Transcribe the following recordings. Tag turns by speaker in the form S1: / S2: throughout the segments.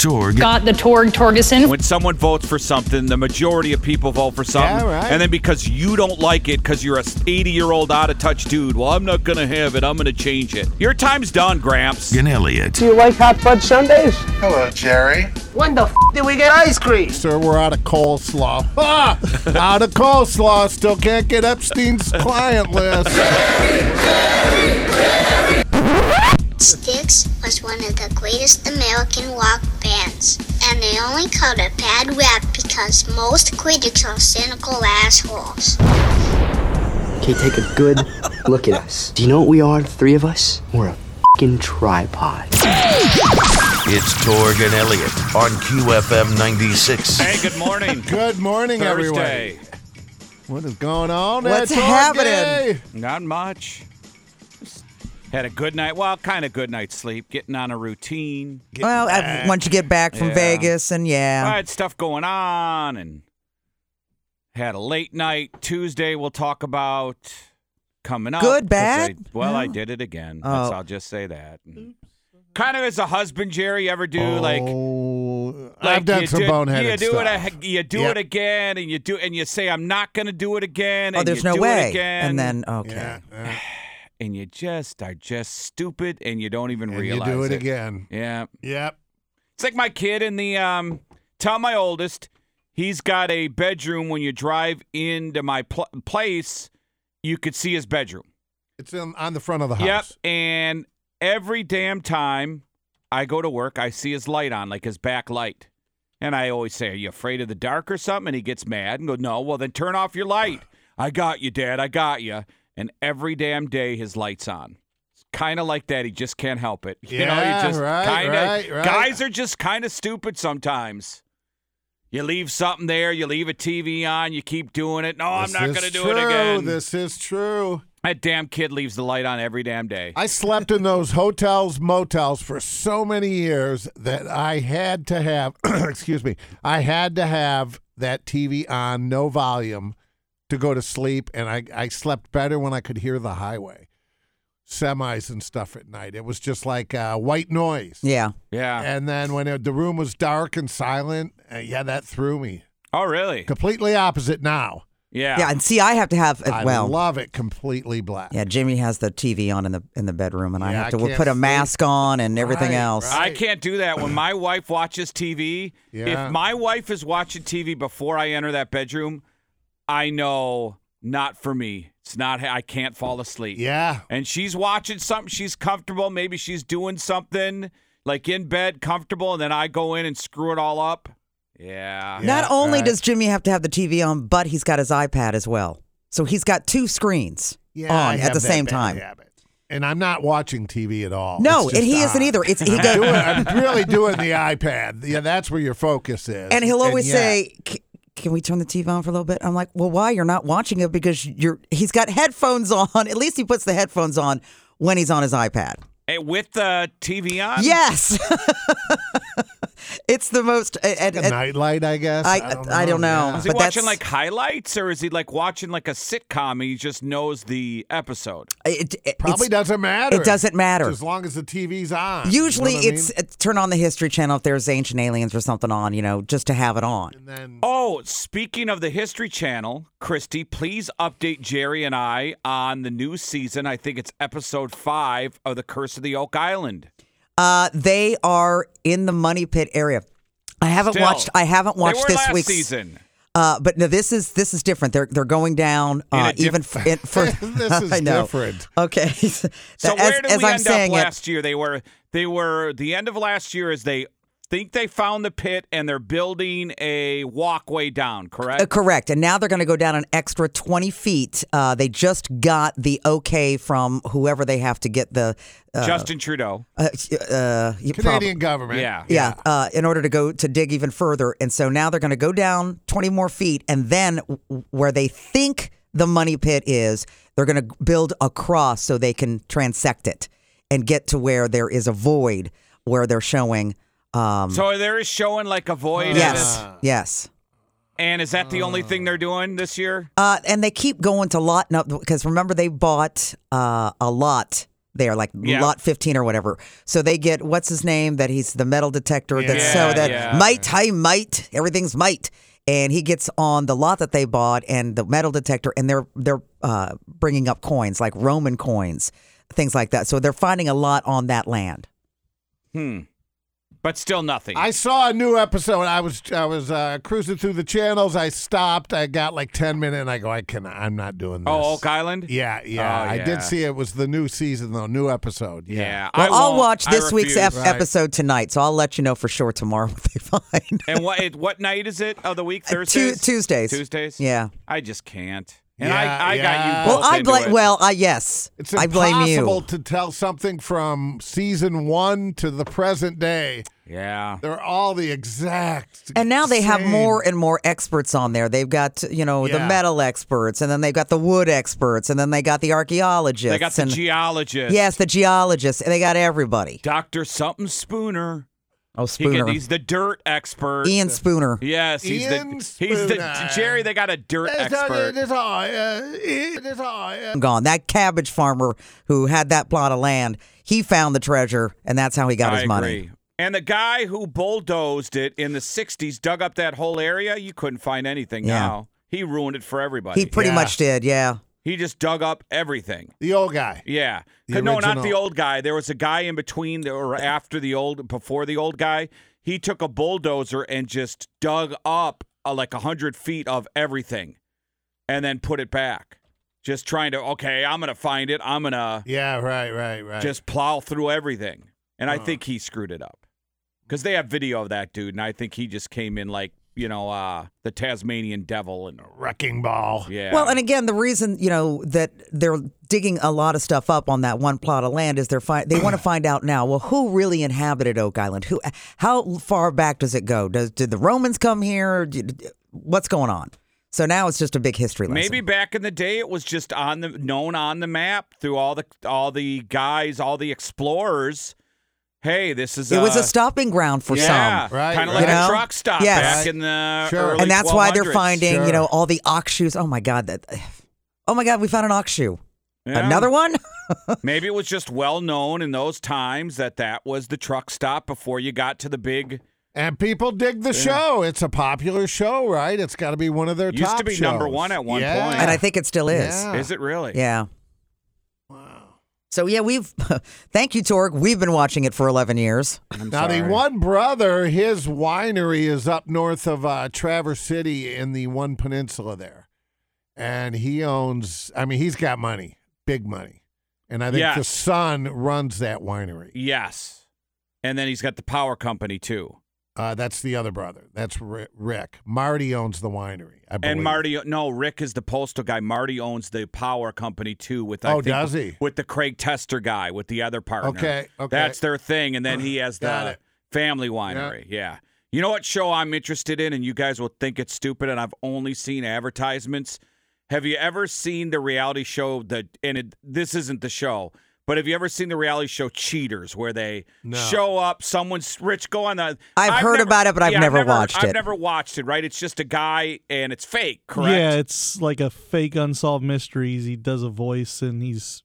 S1: Torg.
S2: Got the Torg Torgeson.
S3: When someone votes for something, the majority of people vote for something.
S4: Yeah, right.
S3: And then because you don't like it, because you're a 80 year old out of touch dude, well, I'm not going to have it. I'm going to change it. Your time's done, Gramps.
S1: and Elliot.
S5: Do you like hot bud Sundays?
S6: Hello, Jerry.
S7: When the f did we get ice cream?
S4: Sir, we're out of coleslaw. Ah, out of coleslaw. Still can't get Epstein's client list.
S8: Styx was one of the greatest American rock bands, and they only got a bad rap because most critics are cynical assholes.
S9: Okay, take a good look at us. Do you know what we are, the three of us? We're a fing tripod.
S1: It's Torg and Elliot on QFM 96.
S3: Hey, good morning.
S4: Good morning, everyone.
S3: Thursday.
S4: What is going on?
S10: What's
S4: at Torgay?
S10: happening?
S3: Not much. Had a good night. Well, kind of good night's sleep. Getting on a routine. Getting
S10: Well, I,
S3: back.
S10: once you get back from
S3: Yeah.
S10: Vegas, and
S3: I
S10: yeah,
S3: had stuff going on and had a late night. Tuesday we'll talk about coming up.
S10: Good,
S3: 'cause I-
S10: bad?
S3: well, I
S10: No.
S3: did it again.
S10: Oh.
S3: That's- I'll just say that. Kind of as a husband, Jerry, you ever do like
S4: Oh,
S3: like
S4: I've done
S3: you
S4: some
S3: do,
S4: boneheaded
S3: You do
S4: stuff.
S3: it. a- You do
S4: Yep.
S3: it again, and you do, and you say, "I'm not going to do it again."
S10: oh,
S3: and
S10: there's
S3: you
S10: no
S3: do
S10: way.
S3: It again,
S10: And then okay,
S4: Yeah, yeah.
S3: and you just are just stupid, and you don't even
S4: And you
S3: realize
S4: do it, again.
S3: Yeah,
S4: Yep.
S3: it's like my kid in the um. Tell my oldest, he's got a bedroom. When you drive into my pl- place, you could see his bedroom.
S4: It's in, on the front of the house.
S3: Yep. And every damn time I go to work, I see his light on, like his back light. And I always say, Are you afraid of the dark or something? And he gets mad and go, No, well, then turn off your light. I got you, Dad. I got you. And every damn day his light's on. It's kind of like that. He just can't help it. You know,
S4: Yeah,
S3: he just
S4: right,
S3: kind of.
S4: right, right.
S3: Guys are just kind of stupid sometimes. You leave something there, you leave a TV on, you keep doing it. No,
S4: This
S3: Oh, I'm not
S4: is
S3: going to do
S4: true.
S3: it again.
S4: This is true.
S3: That damn kid leaves the light on every damn day.
S4: I slept in those hotels, motels for so many years that I had to have, excuse me, I had to have that TV on, no volume, to go to sleep. And I, I slept better when I could hear the highway, semis and stuff at night. It was just like uh, white noise.
S10: yeah.
S3: Yeah.
S4: And then when it, the room was dark and silent, uh, yeah, that threw me.
S3: Oh, really?
S4: Completely opposite now.
S3: Yeah.
S10: Yeah, and see, I have to have as
S4: I
S10: well.
S4: love it completely black.
S10: yeah, Jimmy has the TV on in the in the bedroom, and I
S4: Yeah,
S10: have
S4: I
S10: to w-
S4: can't
S10: put a
S4: sleep.
S10: mask on and everything
S4: Right,
S10: else.
S4: right.
S3: I can't do that when my wife watches TV.
S4: Yeah.
S3: If my wife is watching TV before I enter that bedroom, I know not for me. It's not I can't fall asleep.
S4: Yeah.
S3: And she's watching something she's comfortable, maybe she's doing something like in bed comfortable and then I go in and screw it all up. Yeah.
S4: Yeah,
S10: Not only
S4: right.
S10: does Jimmy have to have the TV on, but he's got his iPad as well. So he's got two screens
S4: yeah, I
S10: on at
S4: have
S10: the
S4: that
S10: same
S4: bad
S10: time.
S4: habit. And I'm not watching TV at all.
S10: No,
S4: It's
S10: and
S4: just
S10: he isn't
S4: on.
S10: either. It's he
S4: I'm, doing,
S10: goes,
S4: I'm really doing the iPad. Yeah, that's where your focus is.
S10: and he'll always
S4: yeah.
S10: say, "C- "Can we turn the TV on for a little bit?" I'm like, "Well, why? You're not watching it because you're." He's got headphones on. At least he puts the headphones on when he's on his iPad.
S3: And with the TV on?
S10: yes, it's the most. uh, and-
S4: a
S10: and-
S4: nightlight, I guess.
S10: I- I don't know.
S3: Is he
S10: But
S3: watching
S10: that's-
S3: like highlights or is he like watching like a sitcom and he just knows the episode?
S10: it, it-
S4: Probably
S10: it's-
S4: doesn't matter.
S10: It doesn't matter.
S4: As long as the TV's on. You know
S10: Usually,
S4: what I mean?
S10: it's uh, turn on the History Channel if there's Ancient Aliens or something on, you know, just to have it on.
S4: And then
S3: Oh, speaking of the History Channel, Christy, please update Jerry and I on the new season. I think it's episode five of The Curse of the Oak Island.
S10: Uh, they are in the money pit area. I haven't
S3: Still.
S10: watched. I haven't
S3: they
S10: watched
S3: were
S10: this
S3: last
S10: week's
S3: season.
S10: Uh, but no, this is this is different. They're they're going down
S3: In a
S10: uh,
S3: diff-
S10: even f- in, for
S4: This is
S10: I know.
S4: different.
S10: Okay,
S3: So
S10: That-
S3: where did we end
S10: I'm
S3: up
S10: saying it,
S3: last year? They were they were the end of last year is they think they found the pit and they're building a walkway down, correct?
S10: Uh, correct. And now they're going to go down an extra 20 feet. Uh, they just got the okay from whoever they have to get the. Uh,
S3: Justin Trudeau.
S10: uh, uh, you prob-
S4: Canadian government.
S3: Yeah.
S10: yeah, Uh, in order to go to dig even further. And so now they're going to go down 20 more feet. And then w- where they think the money pit is, they're going to build a cross so they can transect it and get to where there is a void where they're showing. Um,
S3: So there is showing like a void.
S10: yes, yes.
S3: And is that the only thing they're doing this year?
S10: Uh, and they keep going to lot because remember they bought uh, a lot They are like
S3: Yeah.
S10: lot 15 or whatever. So they get what's his name that he's the metal detector that's
S3: Yeah,
S10: so that
S3: yeah.
S10: might, hey, might, everything's might. And he gets on the lot that they bought and the metal detector and they're they're uh, bringing up coins like Roman coins, things like that. So they're finding a lot on that land.
S3: but still nothing.
S4: I saw a new episode. I was I was uh, cruising through the channels. I stopped. I got like ten minutes, and I go, I can. I'm not doing this.
S3: oh, Oak Island.
S4: Yeah,
S3: Oh,
S4: yeah. I
S3: yeah.
S4: did see it was the new season though, new episode.
S3: Yeah. I
S10: Well, I'll
S3: won't.
S10: watch
S3: I
S10: this week's ep-
S3: refuse.
S4: Right.
S10: episode tonight, so I'll let you know for sure tomorrow what they find.
S3: and what it- what night is it of the week?
S10: Uh, Tu-
S3: Thursdays.
S10: Tuesdays.
S3: Tuesdays.
S10: Yeah.
S3: I just can't. And
S4: Yeah,
S3: I, I
S4: yeah.
S3: got you.
S10: Well,
S3: both
S10: I
S3: into
S10: blame.
S3: it.
S10: Well, I yes,
S4: It's
S10: I blame
S4: impossible
S10: you.
S4: to tell something from season one to the present day.
S3: Yeah.
S4: They're all the exact.
S10: And now they have
S4: same.
S10: more and more experts on there. They've got you know the
S4: Yeah.
S10: metal experts, and then they've got the wood experts, and then they got the archaeologists.
S3: They got the
S10: and,
S3: geologist.
S10: yes, the geologists, and they got everybody.
S3: Doctor something Spooner.
S10: Oh,
S3: He can-
S10: Spooner,
S3: he's the dirt expert.
S10: Ian Spooner.
S3: Yes, he's
S4: Ian
S3: the he's the
S4: Spooner.
S3: Jerry. They got a dirt
S4: It's all-
S3: expert.
S4: it's all, uh, it's all, uh,
S10: Gone. That cabbage farmer who had that plot of land, he found the treasure, and that's how he got
S3: I
S10: his
S3: agree.
S10: money.
S3: And the guy who bulldozed it in the '60s dug up that whole area. You couldn't find anything.
S10: Yeah.
S3: Now he ruined it for everybody.
S10: He pretty
S4: Yeah.
S10: much did. Yeah.
S3: He just dug up everything.
S4: The old guy.
S3: Yeah.
S4: The
S3: no, not the
S4: original.
S3: old guy. There was a guy in between the, or after the old, before the old guy. He took a bulldozer and just dug up uh, like 100 feet of everything and then put it back. Just trying to, okay, I'm going to find it. I'm going to
S4: Yeah, right, right, right. Uh-huh.
S3: just plow through everything. And I think he screwed it up because they have video of that dude. And I think he just came in like, you know, uh, the Tasmanian devil. And
S4: wrecking ball.
S3: yeah.
S10: Well, and again, the reason you know that they're digging a lot of stuff up on that one plot of land is they're fi- they want to find out now. Well, who really inhabited Oak Island? Who? How far back does it go? Does did the Romans come here? Did- What's going on? So now it's just a big history lesson.
S3: Maybe back in the day, it was just on the known on the map through all the all the guys, all the explorers. Hey, this is
S10: it was
S3: uh,
S10: a stopping ground for
S3: yeah,
S10: some.
S4: Right,
S3: kind of
S4: right.
S3: like
S10: You know?
S3: a truck stop
S10: Yes.
S3: back
S10: Right.
S3: in the
S4: Sure.
S3: early
S10: and that's why they're
S3: 1200s.
S10: finding you
S4: Sure.
S10: know all the ox shoes. Oh my god, that. Oh my god, we found an ox shoe.
S3: Yeah.
S10: Another one?
S3: Maybe it was just well known in those times that that was the truck stop before you got to the big.
S4: And people dig the show. It's a popular show, right? It's got to be one of their
S3: Used to
S4: top
S3: be number
S4: shows.
S3: one at one
S4: Yeah.
S3: point.
S10: And I think it still is.
S4: Yeah.
S3: Is it really?
S10: Yeah. Wow. So yeah, we've thank you, Torque. We've been watching it for eleven years.
S4: Now, the one brother, his winery is up north of uh, Traverse City in the One Peninsula there. And he owns, I mean, he's got money, big money. And I think the
S3: Yes.
S4: son runs that winery.
S3: Yes. And then he's got the power company too.
S4: Uh, that's the other brother. That's Ri- Rick. Marty owns the winery. I believe.
S3: And Marty, no, Rick is the postal guy. Marty owns the power company too. With I
S4: Oh,
S3: think,
S4: does he?
S3: With the Craig Tester guy, with the other partner.
S4: Okay, okay.
S3: That's their thing, and then he has
S4: Got
S3: the
S4: it.
S3: family winery. Yeah. You know what show I'm interested in, and you guys will think it's stupid, and I've only seen advertisements. Have you ever seen the reality show that? And it, this isn't the show. But have you ever seen the reality show Cheaters, where they show up, someone's rich, go on the.
S10: I've heard about it, but I've
S3: yeah,
S10: never watched
S3: I've
S10: it.
S3: never watched it. Right? It's just a guy, and it's fake, correct?
S2: Yeah, it's like a fake unsolved mysteries. He does a voice and he's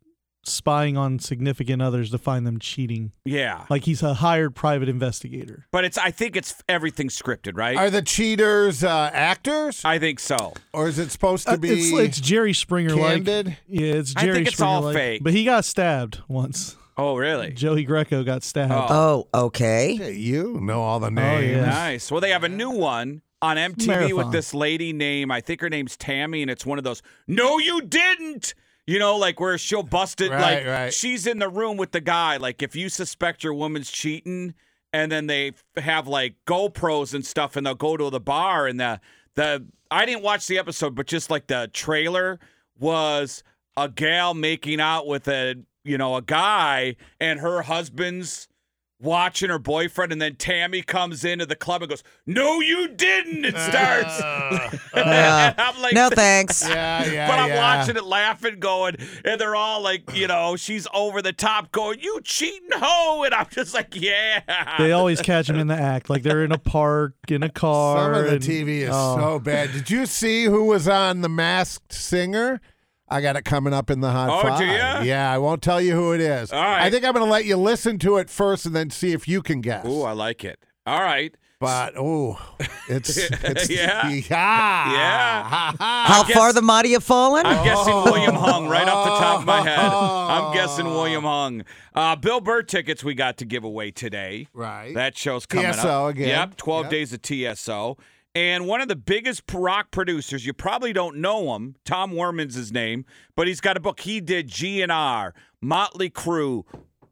S2: spying on significant others to find them cheating.
S3: Yeah.
S2: Like he's a hired private investigator.
S3: But it's I think it's everything scripted, right?
S4: Are the cheaters uh, actors?
S3: I think so.
S4: Or is it supposed to
S2: Uh,
S4: be.
S2: it's, it's Jerry Springer like.
S4: candid?
S2: Yeah, it's
S3: I think
S2: Jerry
S3: it's all
S2: Springer-like.
S3: fake.
S2: But he got stabbed once.
S3: Oh, really?
S2: Joey Greco got stabbed.
S10: Oh, okay.
S4: Hey, you know all the names.
S2: Oh, yeah.
S3: Nice. Well, they have a new one on MTV with
S2: Marathon.
S3: this lady name. I think her name's Tammy, and it's one of those. No, you didn't. You know, like where she'll bust it.
S4: Right,
S3: like
S4: right.
S3: she's in the room with the guy. Like if you suspect your woman's cheating, and then they f- have like GoPros and stuff, and they'll go to the bar and the the. I didn't watch the episode, but just like the trailer was a gal making out with a you know a guy and her husband's watching her boyfriend, and then Tammy comes into the club and goes, "No, you didn't." It starts. And I'm like,
S10: Uh, no thanks.
S4: Yeah, Uh. yeah.
S3: but I'm
S4: yeah.
S3: watching it, laughing, going, and they're all like, you know, she's over the top, going, "You cheating hoe," and I'm just like, yeah.
S2: They always catch him in the act. Like they're in a park, in a car.
S4: Some of the
S2: and-
S4: TV is
S2: oh.
S4: so bad. Did you see who was on The Masked Singer? I got it coming up in the hot
S3: Oh,
S4: five.
S3: do ya?
S4: Yeah, I won't tell you who it is.
S3: All right.
S4: I think I'm going to let you listen to it first and then see if you can guess.
S3: Ooh, I like it. All right.
S4: but oh, it's, it's
S3: Yeah. Yeah.
S4: yeah.
S10: How
S3: guess-
S10: far the mighty have fallen?
S3: I'm guessing William Hung right off the top of my head. I'm guessing William Hung. Uh, Bill Burr tickets we got to give away today.
S4: Right.
S3: That show's coming
S4: TSO
S3: up.
S4: again.
S3: Yep, 12
S4: Yep.
S3: days of TSO. And one of the biggest rock producers, you probably don't know him, Tom Werman's his name, but he's got a book. He did GNR, Motley Crue,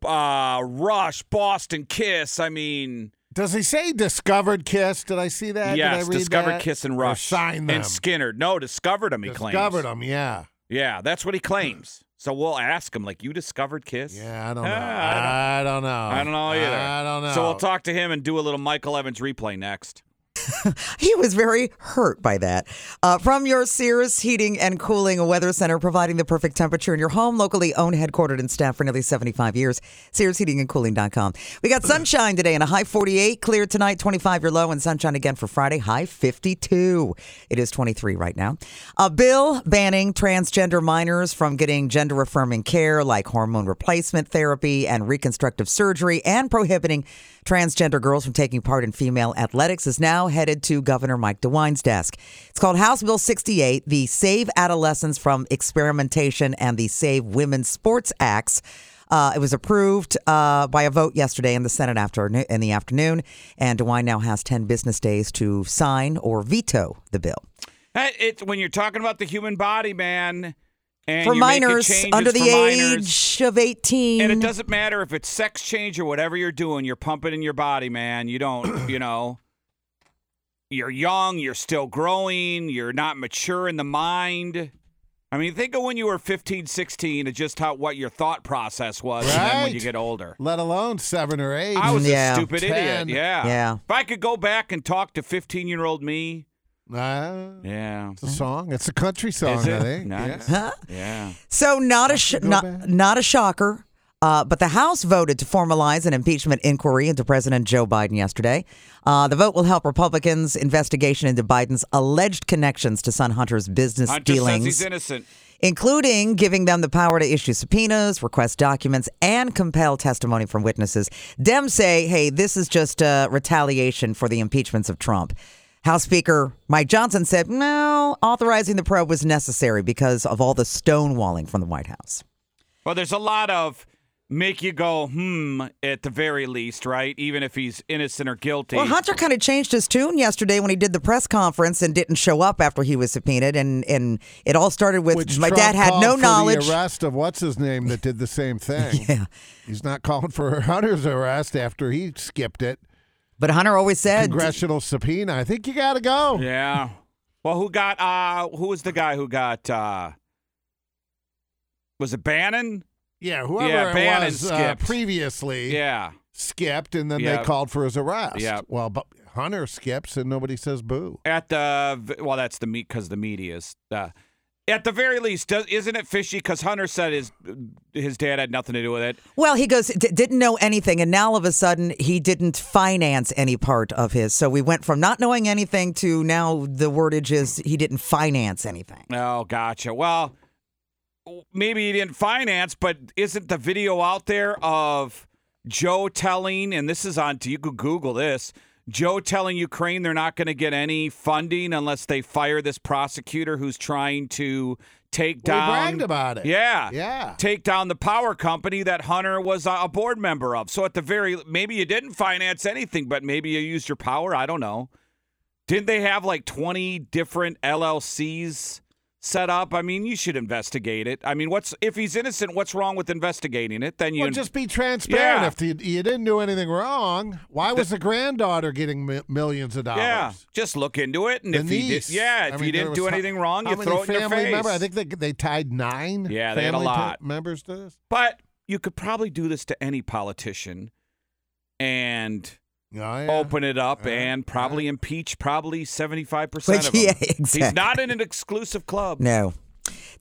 S3: uh, Rush, Boston Kiss. I mean,
S4: Does he say discovered Kiss? Did I see that? Did I
S3: yes,
S4: read
S3: discovered
S4: that?
S3: Kiss
S4: Or
S3: and Rush.
S4: Sign them.
S3: And Skinner. No, discovered him, he claims.
S4: discovered them, yeah.
S3: Yeah, that's what he claims. So we'll ask him, like, you discovered Kiss?
S4: Yeah, I don't know.
S3: Ah,
S4: I don't know.
S3: I don't know either.
S4: I don't know.
S3: So we'll talk to him and do a little Michael Evans replay next.
S10: He was very hurt by that. Uh, from your Sears Heating and Cooling Weather Center, providing the perfect temperature in your home, locally owned, headquartered, and staffed for nearly 75 years. SearsHeatingandCooling.com. We got sunshine today and a high 48, clear tonight, 25 your low, and sunshine again for Friday, high 52. It is 23 right now. A bill banning transgender minors from getting gender affirming care like hormone replacement therapy and reconstructive surgery, and prohibiting transgender girls from taking part in female athletics is now headed to Governor Mike DeWine's desk. It's called House Bill 68, the Save Adolescents from Experimentation and the Save Women's Sports Acts. Uh, it was approved uh, by a vote yesterday in the Senate after in the afternoon, and DeWine now has 10 business days to sign or veto the bill.
S3: Hey, It's when you're talking about the human body, man. And
S10: for
S3: you're making
S10: minors
S3: changes
S10: under the
S3: for minors,
S10: age of 18.
S3: and it doesn't matter if it's sex change or whatever you're doing. You're pumping in your body, man. You don't, you know. You're young. You're still growing. You're not mature in the mind. I mean, think of when you were 15, 16, and just how what your thought process was, and then when
S4: Right.
S3: you get older.
S4: Let alone seven or eight.
S3: I was
S10: Yeah.
S3: a stupid
S4: Ten.
S3: idiot. Yeah.
S10: Yeah.
S3: If I could go back and talk to 15 year old me.
S4: Uh,
S3: Yeah.
S4: it's a song. It's a country song,
S3: Is it?
S4: I think.
S3: Nice.
S4: Yeah.
S3: Yeah.
S10: So not a sh-
S4: go
S10: not,
S4: back.
S10: not a shocker. Uh, but the House voted to formalize an impeachment inquiry into President Joe Biden yesterday. Uh, the vote will help Republicans' investigation into Biden's alleged connections to son Hunter's business
S3: Hunter says
S10: dealings,
S3: he's innocent.
S10: including giving them the power to issue subpoenas, request documents, and compel testimony from witnesses. Dem say, hey, this is just uh, retaliation for the impeachments of Trump. House Speaker Mike Johnson said, no, authorizing the probe was necessary because of all the stonewalling from the White House.
S3: Well, there's a lot of make you go hmm at the very least, right? Even if he's innocent or guilty.
S10: Well, Hunter kind of changed his tune yesterday when he did the press conference and didn't show up after he was subpoenaed, and and it all started with
S4: Which
S10: my
S4: Trump
S10: dad had
S4: called
S10: no
S4: for
S10: knowledge.
S4: The arrest of what's his name that did the same thing.
S10: Yeah.
S4: He's not calling for Hunter's arrest after he skipped it.
S10: But Hunter always said,
S4: Congressional subpoena. I think you got to go.
S3: yeah. Well, who got uh who was the guy who got uh was it Bannon?
S4: Yeah, whoever
S3: Yeah,
S4: it
S3: Bannon
S4: was uh,
S3: skipped.
S4: previously
S3: Yeah.
S4: skipped, and then
S3: Yeah.
S4: they called for his arrest.
S3: Yeah.
S4: Well, but Hunter skips, and nobody says boo.
S3: At the v- well, that's the meat because the media's. Uh, at the very least, does, isn't it fishy? Because Hunter said his his dad had nothing to do with it.
S10: "Well, he goes D- didn't know anything, and now all of a sudden he didn't finance any part of his." So we went from not knowing anything to now the wordage is he didn't finance anything.
S3: Oh, gotcha. Well, maybe he didn't finance, but isn't the video out there of Joe telling, and this is on, you could Google this, Joe telling Ukraine they're not going to get any funding unless they fire this prosecutor who's trying to take
S4: Well,
S3: down.
S4: he bragged about it.
S3: Yeah.
S4: Yeah.
S3: Take down the power company that Hunter was a a board member of. So at the very, maybe you didn't finance anything, but maybe you used your power. I don't know. Didn't they have like 20 different LLCs set up? I mean, you should investigate it. I mean, what's if he's innocent, what's wrong with investigating it? Then you
S4: Well, just be transparent.
S3: Yeah.
S4: If you, you didn't do anything wrong, why was the granddaughter getting mi- millions of dollars?
S3: Yeah, just look into it and
S4: The
S3: if he did,
S4: niece.
S3: yeah,
S4: I
S3: if
S4: mean,
S3: you
S4: there
S3: didn't
S4: was
S3: do
S4: ho-
S3: anything wrong,
S4: how
S3: you
S4: many
S3: throw it in
S4: family
S3: their face.
S4: Member? I think they, they tied nine.
S3: Yeah, they had a
S4: family pe-
S3: lot.
S4: members to this.
S3: but you could probably do this to any politician and
S4: Oh, yeah.
S3: open it up
S10: Uh-huh.
S4: Yeah.
S3: and probably impeach probably 75%
S10: Which-
S3: of them.
S10: yeah,
S3: He's
S10: exactly.
S3: not in an exclusive club.
S10: No.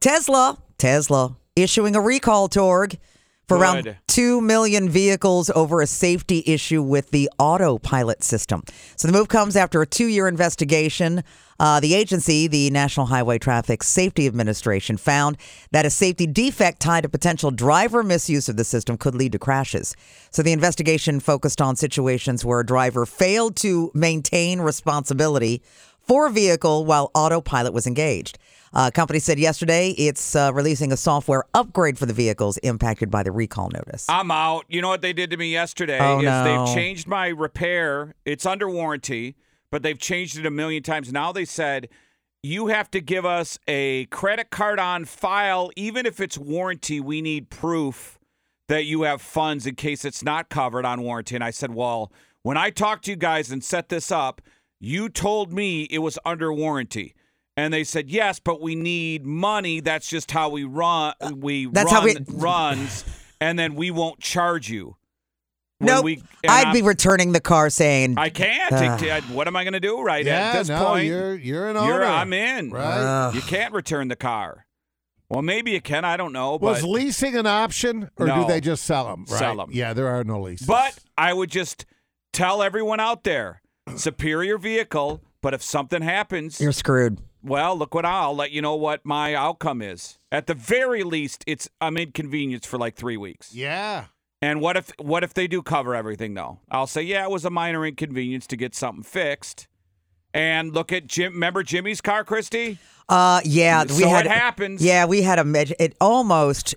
S10: Tesla, Tesla issuing a recall to org for around
S3: Good.
S10: 2 million vehicles over a safety issue with the autopilot system. So the move comes after a two year investigation. Uh, the agency, the National Highway Traffic Safety Administration, found that a safety defect tied to potential driver misuse of the system could lead to crashes. So the investigation focused on situations where a driver failed to maintain responsibility for a vehicle while autopilot was engaged. Uh, company said yesterday it's uh, releasing a software upgrade for the vehicles impacted by the recall notice.
S3: I'm out. You know what they did to me yesterday
S10: Oh,
S3: is
S10: no.
S3: they've changed my repair. It's under warranty, but they've changed it a million times. Now they said you have to give us a credit card on file, even if it's warranty. We need proof that you have funds in case it's not covered on warranty. And I said, well, when I talked to you guys and set this up, you told me it was under warranty. And they said yes, but we need money. That's just how we run. We
S10: Uh, That's
S3: run
S10: how we-
S3: runs, and then we won't charge you. When
S10: nope.
S3: we- and
S10: I'd be
S3: I'm-
S10: returning the car saying,
S3: I can't.
S10: Ah.
S3: It- it- what am I going to do right at
S4: yeah,
S3: this
S4: no,
S3: point?
S4: you're you're an owner.
S3: you're- I'm in.
S4: Right.
S10: Ugh.
S3: You can't return the car. Well, maybe you can. I don't know.
S4: Was
S3: Oh, but
S4: leasing an option, or do
S3: No.
S4: they just sell them? Right?
S3: Sell 'em.
S4: Yeah, there are no leases.
S3: But I would just tell everyone out there superior vehicle, but if something happens,
S10: you're screwed.
S3: well, look what I'll let you know what my outcome is. At the very least, it's I'm inconvenienced for like three weeks.
S4: yeah,
S3: And what if what if they do cover everything though? I'll say, yeah, it was a minor inconvenience to get something fixed. And look at Jim. Remember Jimmy's car, Christy?
S10: Uh, yeah, we
S3: So
S10: had
S3: it happens.
S10: Yeah, we had a med- it almost